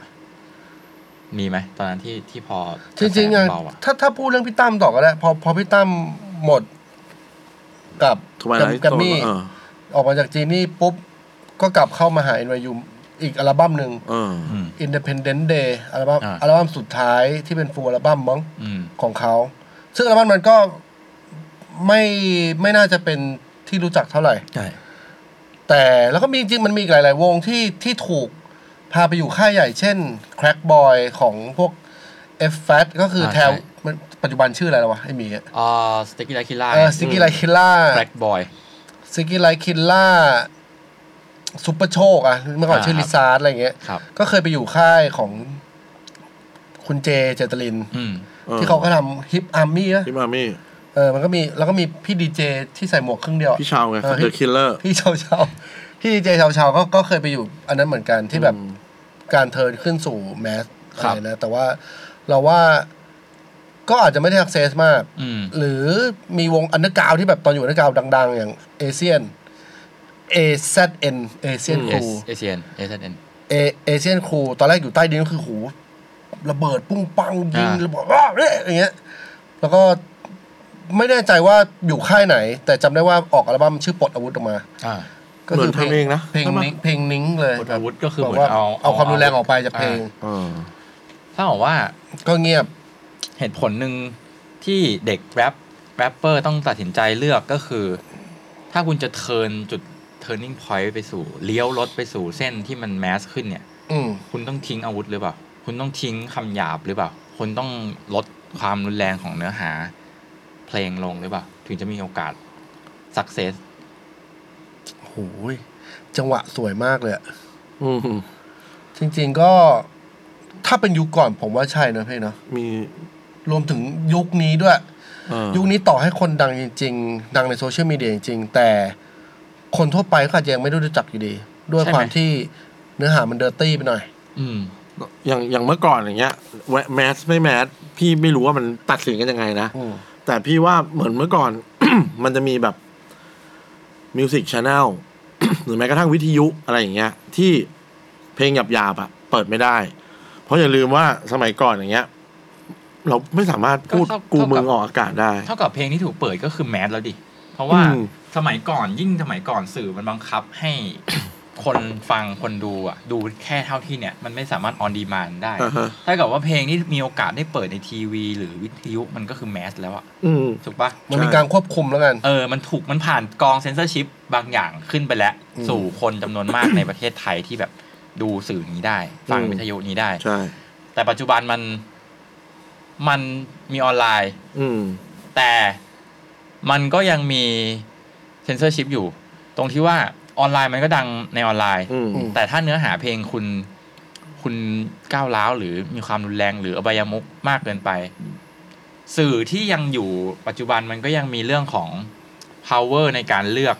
มีไหม ตอนนั้นที่ที่พอ
จริงๆ
กะ
อะ
แสมันเบาอะ
ถ้าถ้าพูดเรื่องพี่ตั้มต่อก็ได้พอพอพี่ตั้มหมดกับ
ทวาย
แก
ไล
ม
ท์
แกมมี่
เออ
ออกมาจากจีนี่ปุ๊บ ก็กลับเข้ามาหาอินวายูมอีกอัลบั้มหนึ่ง
เออ
อืม
Independent Day อัลบั้ม
อ่า
อัลบั้มสุดท้ายที่เป็นฟูลอัลบั้มมั้ง
อืม
ของเขา ซึ่งอัลบั้มมันก็ไม่ไม่น่าจะเป็นที่รู้จักเท่าไหร่
ใช่
แต่แล้วก็มีจริงๆมันมีอีกหลาย ๆ วงที่ที่ถูกพาไปอยู่ค่ายใหญ่ เช่น Crack Boy ของพวก F Fat ก็คือ
อ่า
แถว
ใช่
มันปัจจุบันชื่ออะไรแล้ววะไอหมีอะ
อ่าสติกกี้ไลคิล่า
เออซิกกี้ไลคิลล่า
แบล็กบอย
ซิกกี้ไลคิลล่าซุปเปอร์โชคอะเมื่อก่อน
อ่า
ชื่อ
ครั
ลิ
บ
ซาร์ดอะไรอย่างเงี้ย
ครับ
ก็เคยไปอยู่ค่ายของคุณเจเจตลิน
อืม
เออ
ที่เขาก็ทำฮิปอาร์มี่นะ
พี่มามี่
เออ มันก็มี แล้วก็มีพี่ดีเจที่ใส่หมวกครึ่งเดียวอะ
พี่ชาวไง
เออ
เดอะคิลเลอร์
พี่ชาวชาวพี่ดีเจชาวชาวก็ก็เคยไปอยู่ อันนั้นเหมือนกันที่แบบการเทิร์นขึ้นสู่แมสอะ
ครับ
ไรนะ แต่ว่าเราว่าก็อาจจะไม่ได้ทักเซสมาก
อืม
หรือมีวงอันเดอร์กราวที่แบบตอนอยู่อันเดอร์กราวดัง ๆ อย่างเอเชียน A Z N เอเชียนครู
S เอเชียนเอเชียน
เอเอเชียนครูตอนแรกอยู่ใต้ดินก็คือหูระเบิดปุ้งปังยิง
อ่า
ระเบิดว้าวเนี่ยอย่างเงี้ย แล้วก็ไม่แน่ใจว่าอยู่ค่ายไหน แต่จำได้ว่าออกอัลบั้มชื่อปลดอาวุธออกมา
อ่า
ก็คื
เหมือนทำเองนะ
เพลง
ใช่ปะ
นิ้งเพลงนิ้งเลย
บทอาวุธก็คือเห
บอ
มื
ก
อน
ว่า
เอา
เอาความรุนแรงออกไปจากเพลง
เออ
ถ้าบอกว่า
ก็เงียบ
เหตุผลหนึ่งที่เด็กแรปแรปเปอร์ต้องตัดสินใจเลือกก็คือ ถ้าคุณจะเทิร์นจุด turning point ไปสู่เลี้ยวรถไปสู่เส้นที่มันแมสขึ้นเนี่ย
อืม
คุณต้องทิ้งอาวุธหรือเปล่า คุณต้องทิ้งคำหยาบหรือเปล่า คุณต้องลดความรุนแรงของเนื้อหา เพลงลงหรือเปล่า ถึงจะมีโอกาสสักเซส
โหยจังหวะสวยมากเลยอะ
อืม
จริง ๆก็ถ้าเป็นยุคก่อนผมว่าใช่นะพี่เนาะ
มี
รวมถึงยุคนี้ด้วย
เอ่อ
ยุคนี้ต่อให้คนดังจริง ๆ ดังในโซเชียลมีเดียจริงๆ แต่คนทั่วไปก็อาจจะยังไม่รู้จักอยู่ดี ด้วย
ใช่ไหม
ความที่เนื้อหามันเดอร์ตี้ไปหน่อย
อืม
อย่างอย่างเมื่อก่อนอย่างเงี้ยแวะแมสไม่แมสพี่ไม่รู้ว่ามันตัดสินกันยังไงนะ
อืม
แต่พี่ว่าเหมือนเมื่อก่อน [COUGHS] มันจะมีแบบมิวสิกชาแนล [COUGHS] หรือแม้กระทั่งวิทยุอะไรอย่างเงี้ย ที่เพลงหยาบๆอะเปิดไม่ได้ เพราะอย่าลืมว่าสมัยก่อนอย่างเงี้ย เราไม่สามารถพูด
ก็เท่า
กู
เท่ากับ
มึงออกอากาศได้
เท่ากับเพลงที่ถูกเปิดก็คือแมสแล้วดิ เพราะว่า
อืม
สมัยก่อนยิ่งสมัยก่อนสื่อมันบังคับให้ คนฟังคนดูอ่ะ ดูแค่เท่าที่เนี่ย มันไม่สามารถออนดีมานได้
อ่าฮะ
ถ้าเกิดว่าเพลงที่มีโอกาสได้เปิดในทีวี หรือวิทยุมันก็คือแมสแล้วอะ
อืม
ถูกปะ
มันมีการควบคุมแล้วกัน
เออ มันถูกมันผ่านกองเซนเซอร์ชิพบางอย่างขึ้นไปแล้ว
อืม
สู่คนจำนวนมาก ในประเทศไทยที่แบบดูสื่อนี้ได้ ฟัง
อืม
วิทยุนี้ได้
ใช่
แต่ปัจจุบันมันมันมีออนไลน์
อืม
แต่มันก็ยังมีเซนเซอร์ชิพอยู่ ตรงที่ว่าออนไลน์มันก็ดังในออนไลน์
อืม
แต่ถ้าเนื้อหาเพลงคุณคุณก้าวร้าวหรือมีความรุนแรงหรืออบายมุกมากเกินไป สื่อที่ยังอยู่ปัจจุบันมันก็ยังมีเรื่องของ power ในการเลือก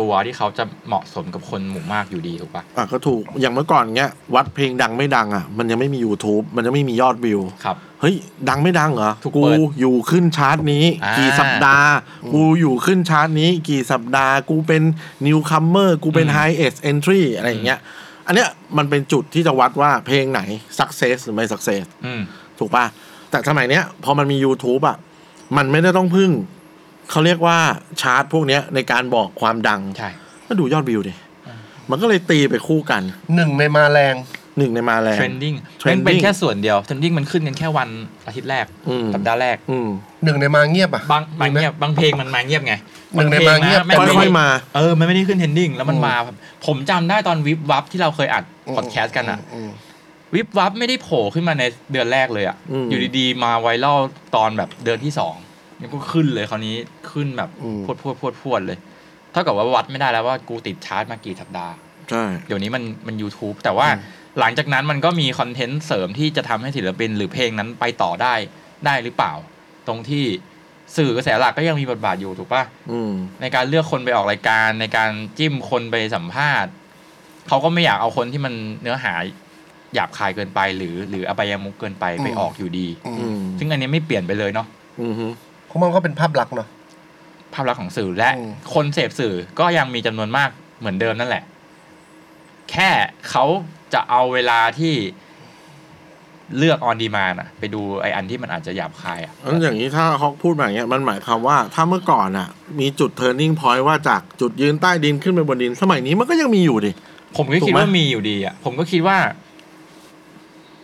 ตัวที่เขาจะเหมาะสมกับคนหมู่มากอยู่ดีถูกปะ
อ่ะก็ถูกอย่างเมื่อก่อนเงี้ย วัดเพลงดังไม่ดังอ่ะ มันยังไม่มี YouTube มันยังไม่มียอดวิว
ครับ
เฮ้ย ดังไม่ดังเหรอ
ถูก
กู
เปิด
อยู่ขึ้นชาร์ตนี้
อ่ากี่
กี่สัปดาห์ กูอยู่ขึ้นชาร์ตนี้ กี่สัปดาห์ กูเป็นนิวคัมเมอร์กูเป็น
อืม
ไฮเอสเอนทรีอะไรอย่างเงี้ย อันเนี้ยมันเป็นจุดที่จะวัดว่าเพลงไหนสักเซสหรือไม่สักเซส
อืม
ถูกป่ะ แต่สมัยเนี้ยพอมันมี YouTube อ่ะ มันไม่ได้ต้องพึ่ง เขาเรียกว่าชาร์ตพวกเนี้ยในการบอกความดัง
ใช่
ก็ดูยอดวิวดิมันก็เลยตีไปคู่กัน
หนึ่งในมาแรง
หนึ่งในมาแรง
trending มัน
Trending
เป็นแค่ส่วนเดียว trending มันขึ้นกันแค่วันอาทิตย์แรก
อืม
สัปดาห์แรก
อืม
หนึ่งในมาเงียบอ่ะ
บางบางเงียบบางเพลงมันมาเงียบไง
หนึ่งในมาเงียบ
พละ
แต่ไม่
ไได้
ค่อยมา
เออมันไม่ได้ขึ้นเทรนดิ้งแล้วมันมาแบบผมจำได้ตอนวิบวับที่เราเคยอัดพอดแคสต์กันอ่ะ
ม
วิบวับไม่ได้โผล่ขึ้นมาในเดือนแรกเลยอ่ะ
อืม
อยู่ดีๆ มาไวรัลตอนแบบเดือนที่สองมันก็ขึ้นเลยคราวนี้ขึ้นแบบพรวดพรวดพรวดพรวดเลย เท่ากับว่าวัดไม่ได้แล้วว่ากูติดชาร์จมากี่สัปดาห์
ใช่
เดี๋ยวนี้มันมัน YouTube แต่ว่าหลังจากนั้นมันก็มีคอนเทนต์เสริมที่จะทำให้ศิลปินหรือเพลงนั้นไปต่อได้ได้หรือเปล่า ตรงที่สื่อกระแสหลักก็ยังมีบทบาทอยู่ถูกปะ
อืม
ในการเลือกคนไปออกรายการ ในการจิ้มคนไปสัมภาษณ์เขาก็ไม่อยากเอาคนที่มันเนื้อหาหยาบคายเกินไป หรือหรืออบายมุกเกินไปไปออกอยู่ดี
อืม
ซึ่งอันนี้ไม่เปลี่ยนไปเลยเนาะ
อืมฮึ
เพราะมันก็เป็นภาพลักษณ์เนาะ
ภาพลักษณ์ของสื่อและ
อืม
คนเสพสื่อก็ยังมีจำนวนมากเหมือนเดิมนั่นแหละ แค่เขาจะเอาเวลาที่เลือกออนดีมานอะไปดูไออันที่มันอาจจะหยาบคายอะ
อันอย่างนี้ถ้าเขาพูดแบบเนี้ยมันหมายความว่าถ้าเมื่อก่อนอ่ะ มีจุด turning point ว่าจากจุดยืนใต้ดินขึ้นไปบนดิน สมัยนี้มันก็ยังมีอยู่ดิ
ผมก็
ถู
คิ
ก
ด
ไหม
ว่ามีอยู่ดีอะผมก็คิดว่า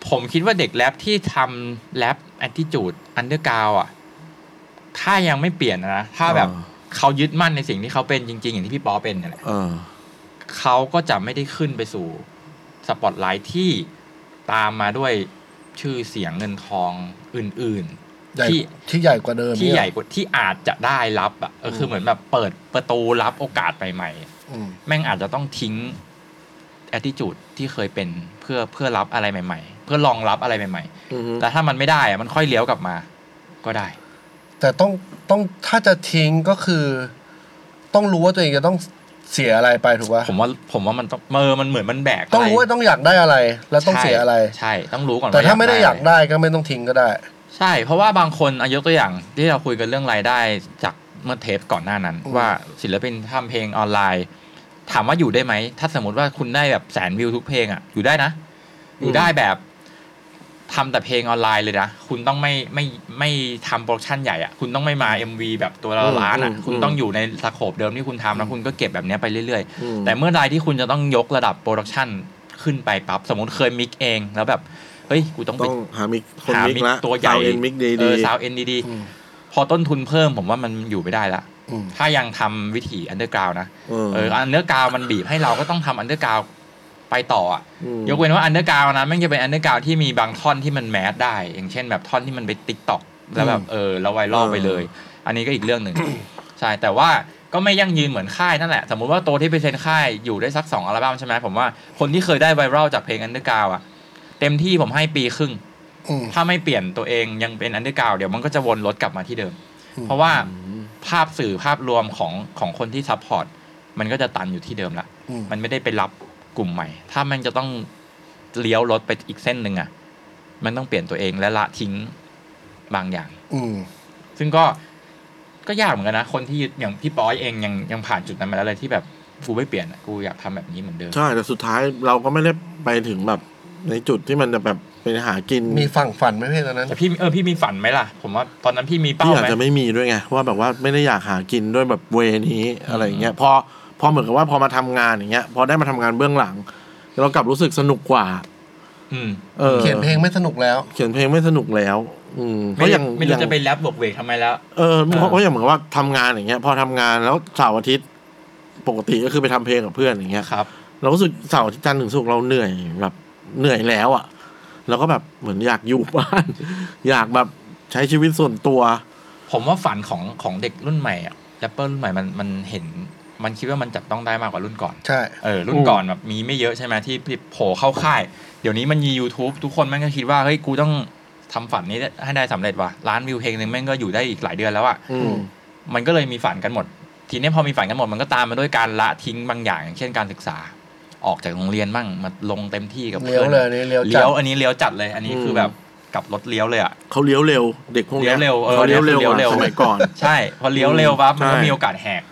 ผมคิดว่าเด็กแรปที่ทำแรปแอ t ติจูดอันเดอร์กาวอะถ้ายังไม่เปลี่ยนนะถ้าแบบเขายึดมั่นในสิ่งที่เขาเป็นจริง ๆ อย่างที่พี่ปอเป็นเนี่ยแหละ
เออ
เขาก็จะไม่ได้ขึ้นไปสู่สปอตไลท์ที่ตามมาด้วยชื่อเสียงเงินทองอื่น
ใหญ่
ที่
ที่ใหญ่กว่าเดิม
ๆ ที่
เนี่ย
ใหญ่กว่าที่อาจจะได้รับอ่ะเออคือเหมือนแบบเปิดประตูรับโอกาสใหม่ๆอะ
อืม
แม่งอาจจะต้องทิ้ง a t t i t u d e ที่เคยเป็นเพื่อเพื่อรับอะไรใหม่ ๆ เพื่อรองรับอะไรใหม่
อือฮึ
ๆ แต่ถ้ามันไม่ได้อะมันค่อยเลี้ยวกลับมา ก็ได้
แต่ต้องต้องถ้าจะทิ้งก็คือ ต้องรู้ว่าตัวเองจะต้องเสียอะไรไปถูกปะ
ผมว่าผมว่ามันต้องเออมันเหมือนมันแบกะไร
ต้องรู้ว่าต้องอยากได้อะไร แล้วต้องเสียอะไร
ใช่ ต้องรู้ก่อน
แต่
ว่
ถ้าไม่ได้อยาก
ะร
ได้ก็ไม่ต้องทิ้งก็ได้
ใช่ เพราะว่าบางคนอายกตัวอย่างที่เราคุยกันเรื่องรายได้จากเมื่อเทปก่อนหน้านั้น
อืม
ว่าศิลปินทำเพลงออนไลน์ ถามว่าอยู่ได้ไหม ถ้าสมมติว่าคุณได้แบบแสนวิวทุกเพลงอ่ะ อยู่ได้นะ อยู่ได้แบบทำแต่เพลงออนไลน์เลยนะ คุณต้องไม่ไม่ไม่ทำโปรดักชั่นใหญ่อ่ะ คุณต้องไม่มา MV แบบตัวละล้านอ่ะ
อืม
คุณต้องอยู่ในสโคปเดิมที่คุณทำแล้วคุณก็เก็บแบบเนี้ยไปเรื่อย
อืม
ๆ แต่เมื่อไรที่คุณจะต้องยกระดับโปรดักชั่นขึ้นไปปั๊บสมมติเคยมิกเองแล้วแบบเฮ้ยกูต้องไป
ต้องหามิกคน
หา
มิก
มิก
ละ
ตัวใหญ่
เอ็นมิกดี
เอ
ดี
อซาวเอ็นดีๆพอต้นทุนเพิ่มผมว่ามันอยู่ไม่ได้ละ
อืม
ถ้ายังทำวิถีอันเดอร์กราวนะ
เออ
เอออันเดอร์กราวมันบีบให้เราก็ต้องทำอันเดอร์กราว ไปต่ออ่ะ
อืม
ยกเว้นว่าอันเดอร์กราวนะแม่งจะเป็นอันเดอร์กราวที่มีบางท่อนที่มันแมสได้ อย่างเช่นแบบท่อนที่มันไปติ๊กต็อกแล้วแบบเออแล้วไวรัลไปเลย อันนี้ก็อีกเรื่องหนึ่ง ใช่แต่ว่าก็ไม่ยั่งยืนเหมือนค่ายนั่นแหละ สมมุติว่าโตที่ไปเซ็นค่ายอยู่ได้สักสองอัลบั้มใช่ไหมผมว่าคนที่เคยได้ไวรัลจากเพลงอันเดอร์กราวอ่ะเต็มที่ผมให้ปีครึ่ง
อืม
ถ้าไม่เปลี่ยนตัวเองยังเป็นอันเดอร์กราวเดี๋ยวมันก็จะวนรถกลับมาที่เดิม เพราะว่าภาพสื่อภาพรวมของของคนที่ซัพพอร์ตมันก็จะตันอยู่ที่เดิมละ
อืม
มันไม่ได้ไปรับกลุ่มใหม่ ถ้ามันจะต้องเลี้ยวรถไปอีกเส้นหนึ่งอ่ะ มันต้องเปลี่ยนตัวเองและละทิ้งบางอย่าง
อืม
ซึ่งก็ก็ยากเหมือนกันนะ คนที่อย่างพี่ป๊อยเองยังยังผ่านจุดนั้นมาแล้วเลยที่แบบกูไม่เปลี่ยนอะกูอยากทำแบบนี้เหมือนเดิม
ใช่แต่สุดท้ายเราก็ไม่ได้ไปถึงแบบในจุดที่มันจะแบบไปหากิน
มีฝั่งฝันไหมเพลงตอนนั้น
แต่พี่เออพี่มีฝันไหมล่ะ ผมว่าตอนนั้นพี่มีเป้า
ที่อาจ
ไหม
จะไม่มีด้วยไงว่าแบบว่าไม่ได้อยากหากินด้วยแบบเวนี้อะไรอย่างเงี้ยพอพอเหมือนกับว่าพอมาทำงานอย่างเงี้ย พอได้มาทำงานเบื้องหลัง เรากลับรู้สึกสนุกกว่า
อืม
เออ
เขียนเพลงไม่สนุกแล้ว
เขียนเพลงไม่สนุกแล้ว อืมเพ
ไม่
ราะอ
รู้
ย่าง
ไม่
อ
รู้
ย่าง
จะไปแรปบวกเวกทำไมแล้ว
เออเพ
เออ
ราะเพราะอย่างเหมือนกับว่าทำงานอย่างเงี้ย พอทำงานแล้วเสาร์อาทิตย์ปกติก็คือไปทำเพลงกับเพื่อนอย่างเงี้ย
ครับ
เรารู้สึกเสาร์อาทิตย์จันทร์ถึงศุกร์เราเหนื่อยแบบเหนื่อยแล้วอ่ะเราก็แบบเหมือนอยากอยู่บ้าน [LAUGHS] อยากแบบใช้ชีวิตส่วนตัว
ผมว่าฝันของของเด็กรุ่นใหม่อะแรปเปอร์รุ่นใหม่มันมันเห็น มันคิดว่ามันจับต้องได้มากกว่ารุ่นก่อน
ใช่
เออรุ่นก่อนแบบมีไม่เยอะใช่ไหมที่ที่โผล่เข้าค่าย เดี๋ยวนี้มันมี YouTube ทุกคนแม่งก็คิดว่าเฮ้ยกูต้องทำฝันนี้ให้ได้สำเร็จว่ะล้านวิวเพลงหนึ่งแม่งก็อยู่ได้อีกหลายเดือนแล้วอะ
อืม
มันก็เลยมีฝันกันหมด ทีนี้พอมีฝันกันหมดมันก็ตามมาด้วยการละทิ้งบางอย่างอย่างเช่นการศึกษา ออกจากโรงเรียนบ้างมาลงเต็มที่กับ
เลี้ยว
พื่อน
เลยอันนี้เลี้ยวจัด
เลี้ยวอันนี้เลี้ยวจัดเลย อันนี้คืออ
ม
แบบกลับรถเลี้ยวเลยอะ
เขาเลี้ยวเร็ว เด็กพวกเนี้ย
เลี้ยวเร็วเออ
เขาเลี้ยวเร็วกว่า
เลี้ยวเร็ว
สมัยก่อน
ใช่พอเลี้ยวเร็วปั๊บมันก็
ใช่
มีโอกาสแหก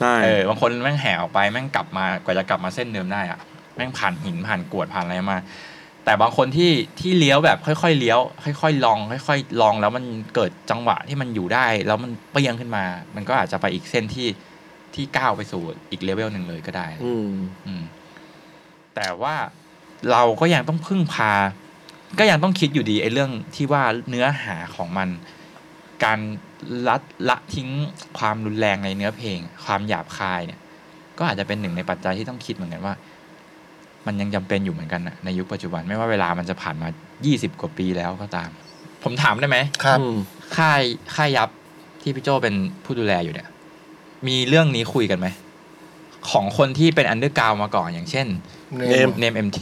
ใช่
เออบางคนแม่งแหกออกไปแม่งกลับมากว่าจะกลับมาเส้นเดิมได้อะแม่งผ่านหินผ่านกรวดผ่านอะไรมา แต่บางคนที่ที่เลี้ยวแบบค่อยๆเลี้ยว ค่อยๆลอง ค่อยๆลองแล้วมันเกิดจังหวะที่มันอยู่ได้ แล้วมันเปรี้ยงขึ้นมา มันก็อาจจะไปอีกเส้นที่ที่ก้าวไปสู่อีกเลเวลหนึ่งเลยก็ได้
อืม
อืมแต่ว่าเราก็ยังต้องพึ่งพา ก็ยังต้องคิดอยู่ดีไอ้เรื่องที่ว่าเนื้อหาของมัน การละละทิ้งความรุนแรงในเนื้อเพลง ความหยาบคายเนี่ย ก็อาจจะเป็นหนึ่งในปัจจัยที่ต้องคิดเหมือนกันว่า มันยังจำเป็นอยู่เหมือนกันนะในยุคปัจจุบันไม่ว่าเวลามันจะผ่านมา 20 กว่าปีแล้วก็ตาม ผมถามได้ไหม
ครับ
อืม
ค่ายค่ายยับที่พี่โจเป็นผู้ดูแลอยู่เนี่ย มีเรื่องนี้คุยกันไหม ของคนที่เป็นอันเดอร์กราวมาก่อนอย่างเช่น
เนม
Name MT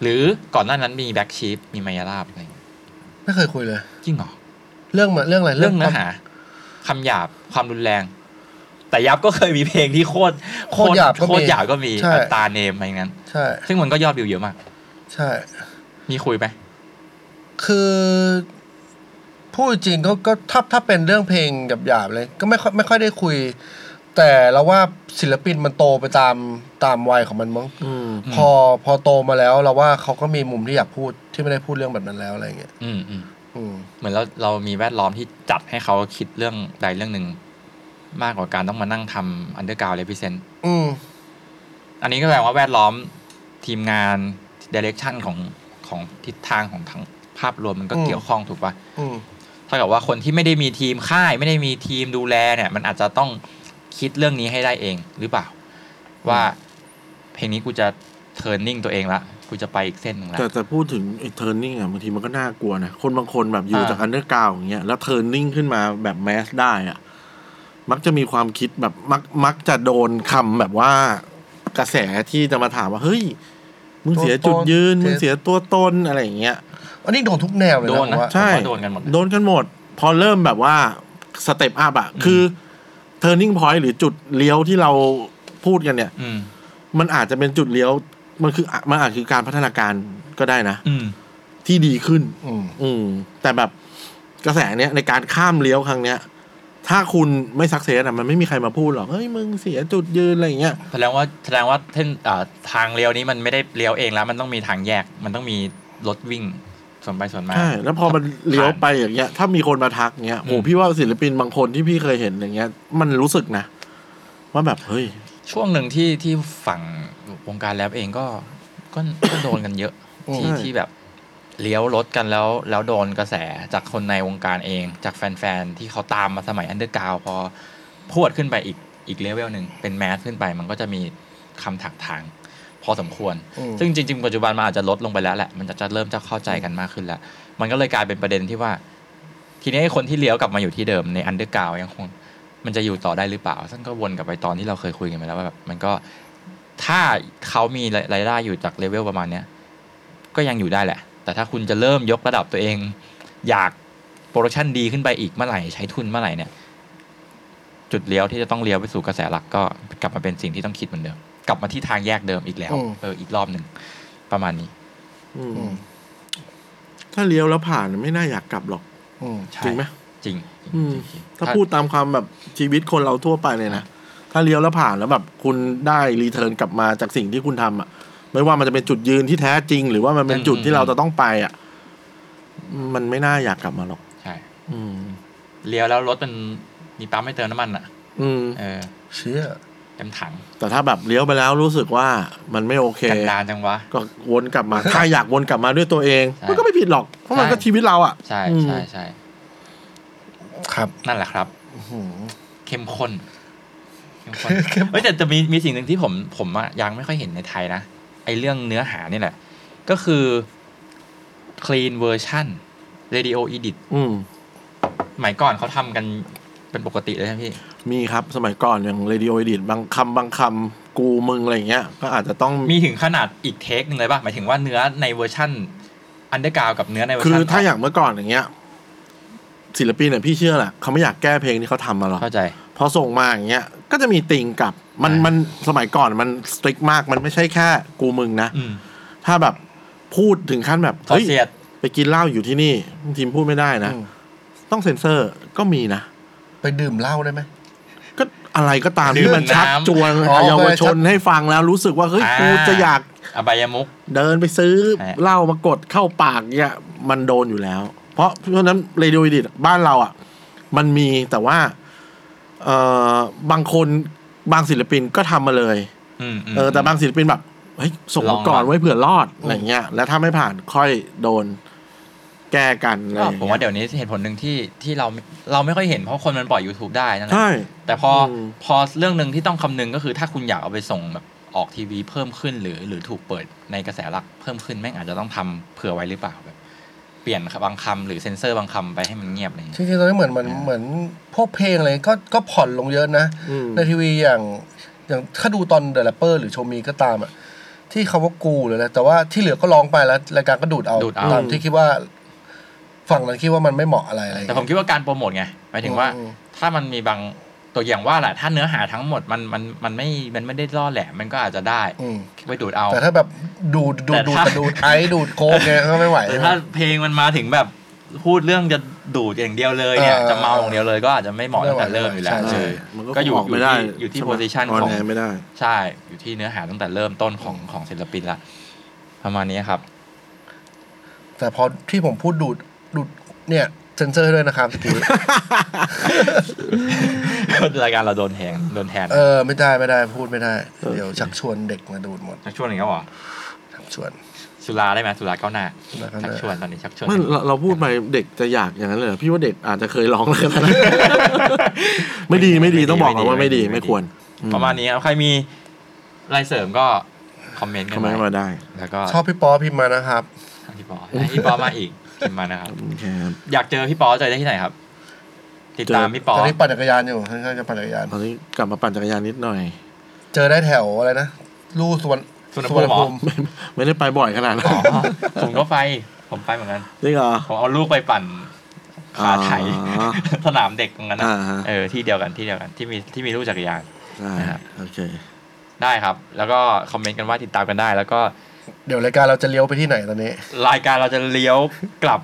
หรือก่อนหน้านั้นมีแบ็กชีฟมีมายาลาบอะไรอย่างเงี้ย
ไม่เคยคุยเลย
จริงเหรอ
เรื่องมาเรื่องอะไร
เรื่องเนื้
ค
อ
วา
หาคำหยาบความรุนแรง แต่ยับก็เคยมีเพลงที่โคตร
มโคตรหยาบก็มี
โคตรหยาบก็มี
ใช่
อัตตาเนมอะไรอย่างนั้น
ใช่
ซึ่งมันก็ยอดวิวเยอะมาก
ใช่
มีคุยไหม
คือพูดจริงก็ก็ถ้าถ้าเป็นเรื่องเพลงหยาบๆเลย ก็ไม่ค่อยไม่ค่อยได้คุย แต่เราว่าศิลปินมันโตไปตามตามวัยของมันมั้ง
อืม
พอพอโตมาแล้วเราว่าเขาก็มีมุมที่อยากพูดที่ไม่ได้พูดเรื่องแบบนั้นแล้วอะไรเงี้ย
อืมอืม
อืม
เหมือนเราเรามีแวดล้อมที่จัดให้เขาคิดเรื่องใดเรื่องหนึ่งมากกว่าการต้องมานั่งทำอันเดอร์กราวเลพิเซน
อืม
อันนี้ก็แปลว่าแวดล้อมทีมงานดิเรกชันของของทิศทางของทั้งภาพรวมมันก็
อืม
เกี่ยวข้องถูกปะ
อืม
เท่ากับว่าคนที่ไม่ได้มีทีมค่ายไม่ได้มีทีมดูแลเนี่ย มันอาจจะต้องคิดเรื่องนี้ให้ได้เองหรือเปล่า ว่าเพลงนี้กูจะเทิร์นนิ่งตัวเองละกูจะไปอีกเส้นหนึ่งละ
แต่แต่พูดถึงไอ้เทอร์นิ่งอ่ะบางทีมันก็น่ากลัวนะ คนบางคนแบบอยู่
อ่า
จากอันเดอร์กราวอย่างเงี้ยแล้วเทอร์นิ่งขึ้นมาแบบแมสได้อ่ะ มักจะมีความคิดแบบมักมักจะโดนคำแบบว่ากระแสที่จะมาถามว่า เฮ้ย มึงเสียจุดยืน
ตัวตน
มึงเสียตัวตนอะไรอย่างเงี้ย
อันนี้โดนทุกแนวเลย
โด
นะผ
น
ม
นะ
ว่า
ใช่
ผมว่าโดนกันหมดนะ
โดนกันหมด พอเริ่มแบบว่าสเต็ปอัพอ่ะ คือเทอร์นิ่งพอยต์หรือจุดเลี้ยวที่เราพูดกันเนี่ย
อืม
มันอาจจะเป็นจุดเลี้ยวมันคืออ่ะมันอาจคือการพัฒนาการก็ได้นะ
อืม
ที่ดีขึ้น
อืม
อืม แต่แบบกระแสเนี้ยในการข้ามเลี้ยวครั้งเนี้ย ถ้าคุณไม่สักเซสอ่ะมันไม่มีใครมาพูดหรอกเฮ้ยมึงเสียจุดยืนอะไรอย่างเงี้ย
แสดงว่าแสดงว่าเส้นอ่าทางเลี้ยวนี้มันไม่ได้เลี้ยวเองแล้ว มันต้องมีทางแยก มันต้องมีรถวิ่งส่วนไปส่วนมา
ใช่ แล้วพอมันเลี้ยวไปอย่างเงี้ย ถ้ามีคนมาทักเงี้ยโห
อืม
พี่ว่าศิลปินบางคนที่พี่เคยเห็นอย่างเงี้ย มันรู้สึกนะ ว่าแบบเฮ้ย
ช่วงหนึ่งที่ที่ฝั่งวงการแรปเองก็ก็ ก็โดนกันเยอะ ที่
ใช่
ที่แบบเลี้ยวรถกันแล้วแล้วโดนกระแสจากคนในวงการเอง จากแฟนๆ ที่เขาตามมาสมัยอันเดอร์กราวพอพรวดขึ้นไปอีกอีกเลเวลหนึ่งเป็นแมสขึ้นไป มันก็จะมีคำถักทาง พ พอสมควร ซึ่งจริง ๆ ปัจจุบันมันอาจจะลดลงไปแล้วแหละ มันจะจะเริ่มจะเข้าใจกันมากขึ้นแล้ว มันก็เลยกลายเป็นประเด็นที่ว่า ทีนี้ไอ้คนที่เลี้ยวกลับมาอยู่ที่เดิมในอันเดอร์กราวยังคง มันจะอยู่ต่อได้หรือเปล่า ซึ่งก็วนกลับไปตอนที่เราเคยคุยกันไปแล้วว่าแบบมันก็ถ้าเขามีรายได้อยู่จากเลเวลประมาณเนี้ยก็ยังอยู่ได้แหละ แต่ถ้าคุณจะเริ่มยกระดับตัวเอง อยากโปรดักชันดีขึ้นไปอีกเมื่อไหร่ใช้ทุนเมื่อไหร่เนี่ย จุดเลี้ยวที่จะต้องเลี้ยวไปสู่กระแสหลักก็กลับมาเป็นสิ่งที่ต้องคิดเหมือนเดิม กลับมาที่ทางแยกเดิมอีกแล้ว
อืม
เอออีกรอบหนึ่งประมาณนี้
อืม
อืม
ถ้าเลี้ยวแล้วผ่านไม่น่าอยากกลับหรอก
อืม
จริงไหม
จริงจริง
อืม
จริงจริง
ถ้าพูดตามความแบบชีวิตคนเราทั่วไปเลยนะ ถ้าเลี้ยวแล้วผ่านแล้วแบบคุณได้รีเทิร์นกลับมาจากสิ่งที่คุณทำอ่ะ ไม่ว่ามันจะเป็นจุดยืนที่แท้จริง หรือว่ามันเป็นจุดที่เราจะต้องไปอ่ะ มันไม่น่าอยากกลับมาหรอก
ใช่
อืม
เลี้ยวแล้วรถมันมีปั๊มให้เติมน้ำมันอ่ะ
อืม
เออ
เชื่อ
เต็มถัง
แต่ถ้าแบบเลี้ยวไปแล้วรู้สึกว่ามันไม่โอเค
กันดานจังวะ
ก็วนกลั
[LAUGHS]
บมา ถ้าอยากวนกลับมาด้วยตัวเอง
ใช่
มันก็ไม่ผิดหรอก เพราะมัน
ใช่
ก็ชีวิตเราอ่ะ
ใช่
อืม
ใช่ใช่
ครับ
นั่นแหละครับ
อื้อหือ
เข้มข้นเข้ม
[LAUGHS]
ข้นเอ้ยแต่จะมีมีสิ่งหนึ่งที่ผมผมอะยังไม่ค่อยเห็นในไทยนะไอเรื่องเนื้อหานี่แหละ ก็คือ clean version radio edit
อืม
หมายก่อนเขาทำกันเป็นปกติเลยใช่ไหมพี่
มีครับสมัยก่อนอย่างเรดิโอ d i ดิบางคำบางคำกูมึงอะไรอย่างเงี้ย ก็อาจจะต้อง
มีถึงขนาดอีกเทคหนึ่งเลยป่ะ หมายถึงว่าเนื้อในเวอร์ชั่นอันเดอร์กราวกับเนื้อในเวอร์
คือ
ชัน
ถ้าอย่างเมื่อก่อนอย่างเงี้ย ศิลปินเนี่ยพี่เชื่อแหละเขาไม่อยากแก้เพลงที่เขาทำมาหรอก
เข้าใจ
พอส่งมาอย่างเงี้ย ก็จะมีติงกลับ มัน
ใช่
มันสมัยก่อนมันสตริกมากมันไม่ใช่แค่กูมึงนะ
อืม
ถ้าแบบพูดถึงขั้นแบบ
ขอ
เฮ้ย
เสียด
ไปกินเหล้าอยู่ที่นี่ทีมพูดไม่ได้นะ
อืม
ต้องเซ็นเซอร์ก็มีนะ
ไปดื่มเหล้าได้ไหม
ก็อะไรก็ตามที่มัน
ดื่มน้ำ
ชักจวน
อ๋อ
เยาวชน
ชัก
ให้ฟังแล้วรู้สึกว่าเฮ้ยกูจะอยาก
อบายมุก
เดินไปซื้อ
ใช่
เหล้ามากดเข้าปากเนี่ยมันโดนอยู่แล้ว เพราะเพราะฉะนั้นเรดิโอดิบ้านเราอ่ะ มันมีแต่ว่าเออบางคนบางศิลปินก็ทำมาเลย
อืมม
เออแต่บางศิลปินแบบเฮ้ยส่ง
ลอ
มาง ก่อน
ก่อน
ไว้เผื่อรอดอะไรเงี้ย แล้วถ้าไม่ผ่านค่อยโดนแก้กันอะไรอย่าง
ผม
เงี้
ว่าย เดี๋ยวนี้เหตุผลหนึ่งที่ที่เราเราไม่ค่อยเห็นเพราะคนมันปล่อย YouTube ได้นั่นแหละ
ใช่
แต่พออ
ม
พอเรื่องหนึ่งที่ต้องคำนึงก็คือถ้าคุณอยากเอาไปส่งแบบออกทีวีเพิ่มขึ้นหรือ หรือถูกเปิดในกระแสหลักเพิ่มขึ้นแม่งอาจจะต้องทำเผื่อไว้หรือเปล่าแบบ เปลี่ยนบางคำหรือเซ็นเซอร์บางคำไปให้มันเงียบอะไรอย่า
จ
งเงี้ย
ริงๆตอนนี้เหมือนเหมือนเหมือนพวกเพลงอะไรก็ก็ผ่อนลงเยอะนะ
อืม
ในทีวีอย่างอย่างถ้าดูตอนเดอะแรปเปอร์หรือโชมีก็ตามอ่ะที่คำว่ากูหรืออะไรแต่ว่าที่เหลือก็ร้องไปแล้วรายการก็ดูดเอา
ดูดเอา
ตามที่คิดว่าฝั่งนั้นคิดว่ามันไม่เหมาะอะไรอะไรอย่าง
แต่
เงี้ย
ผมคิดว่าการโปรโมทไงหมายถึงว่า
อืม
ถ้ามันมีบางตัวอย่างว่าแหละถ้าเนื้อหาทั้งหมดมันมันมันไม่มันไม่ได้ล่อแหลมมันก็อาจจะได้
อืม
ไว้ดูดเอา
แต่ถ้าแบบดูดดูด
แต่
ดูด
ถ้า
แต่ดูดไอซ์ดูดโค้กเนี่ยก็ไม่ไหว
แต่ถ้าเพลงมันมาถึงแบบพูดเรื่องจะดูดอย่างเดียวเลยเนี่ย
เออ
จะเมาอย่างเดียวเลยก็อาจจะไม่เหมาะตั้งแต่เริ่มอยู่แล้ว
ใช่ใช่
เออ
มันก็
ก็อยู่
ออก
อยู่
ไม่ได้
ที่อยู่ที่
ใช่ไหม
โพซิชัน
ออน
ของ
แอร์ไม่ได้
ใช่ อยู่ที่เนื้อหาตั้งแต่เริ่มต้นของของศิลปินละ ประมาณนี้ครับ [LAUGHS]
แต่พอที่ผมพูดดูดดูดเนี่ยเซนเซอร์ด้วย
[LAUGHS]
นะครับตะกี้
รายการเราโดนแทงโดนแทน
เออไม่ได้ไม่ได้พูดไม่ได้ เดี๋ยวชักชวนเด็กมาดูดหมด
ชักชวนอย่างเงี้ยเหรอ
ชักชวน
สุราได้ไหมสุราเก้าหน้า
สุราเก้าห
ชั
น้า
กชวนตอนนี้ชักชวน
ไมันเราเราพูดไปเด็กจะอยากอย่างนั้นเลยเหรอพี่ว่าเด็กอาจจะเคยร้องเลย [LAUGHS] ก็ได้ ไม่ดีไม่ดีต้องบอกก่อนว่าไม่ดีไม่ควร
ประมาณนี้ครับ ใครมีอะไรเสริมก็คอมเมนต์กั
ทำ
น
ไม
มา
มาได้
แล้วก็
ชอบพี่ปอพิมพ์มานะครับ
พี่ปอให้พี่ปอมาอีก [LAUGHS] พิมพ์มานะครับ
โอเคครับ
อยากเจอพี่ปอเจอได้ที่ไหนครับ ติดตามพี่ปอ
ตอนนี้ปั่นจักรยานอยู่ค่อนข้างจะปั่นจักรยาน
ตอนนี้กลับมาปั่นจักรยานนิดหน่อย [LAUGHS]
เจอได้แถวอะไรนะลู่สวน
สุนทรภูมิ
ไม่ไม่ได้ไปบ่อยขนาดนั้น
อ๋อผมก็ไปผมไปเหมือนกัน
จริงเหรอ
ผมเอาลูกไปปั่นขาไถ
อ๋อ
สนามเด็กตรงนั้นนะ
อ่าฮะ
เออที่เดียวกันที่เดียวกันที่มีที่มีลูกจักรยาน
ได้
ครับ
โอเค
ได้ครับ แล้วก็คอมเมนต์กันว่าติดตามกันได้ แล้วก็
เดี๋ยวรายการเราจะเลี้ยวไปที่ไหนตอนนี้
รายการเราจะเลี้ยวกลับ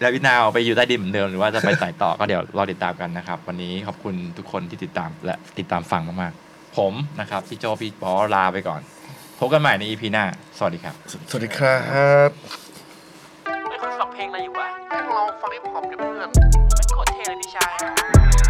แล้ววินาวไปอยู่ใต้ดินเหมือนเดิมหรือว่าจะไปสายต่อ ก็เดี๋ยวรอติดตามกันนะครับ วันนี้ขอบคุณทุกคนที่ติดตามและติดตามฟังมากๆ ผมนะครับพี่โจพี่บอลาไปก่อนพบกันใหม่ในอีพีหน้าสวัสดีครับ
สวัสดีครับ
ไม่คุณฟังเพลงอะไรอยู่วะ
แม่งลองฟังฮิปฮอปดิเพื่อน
ไม่โคตรเท่เลยพี่ชาย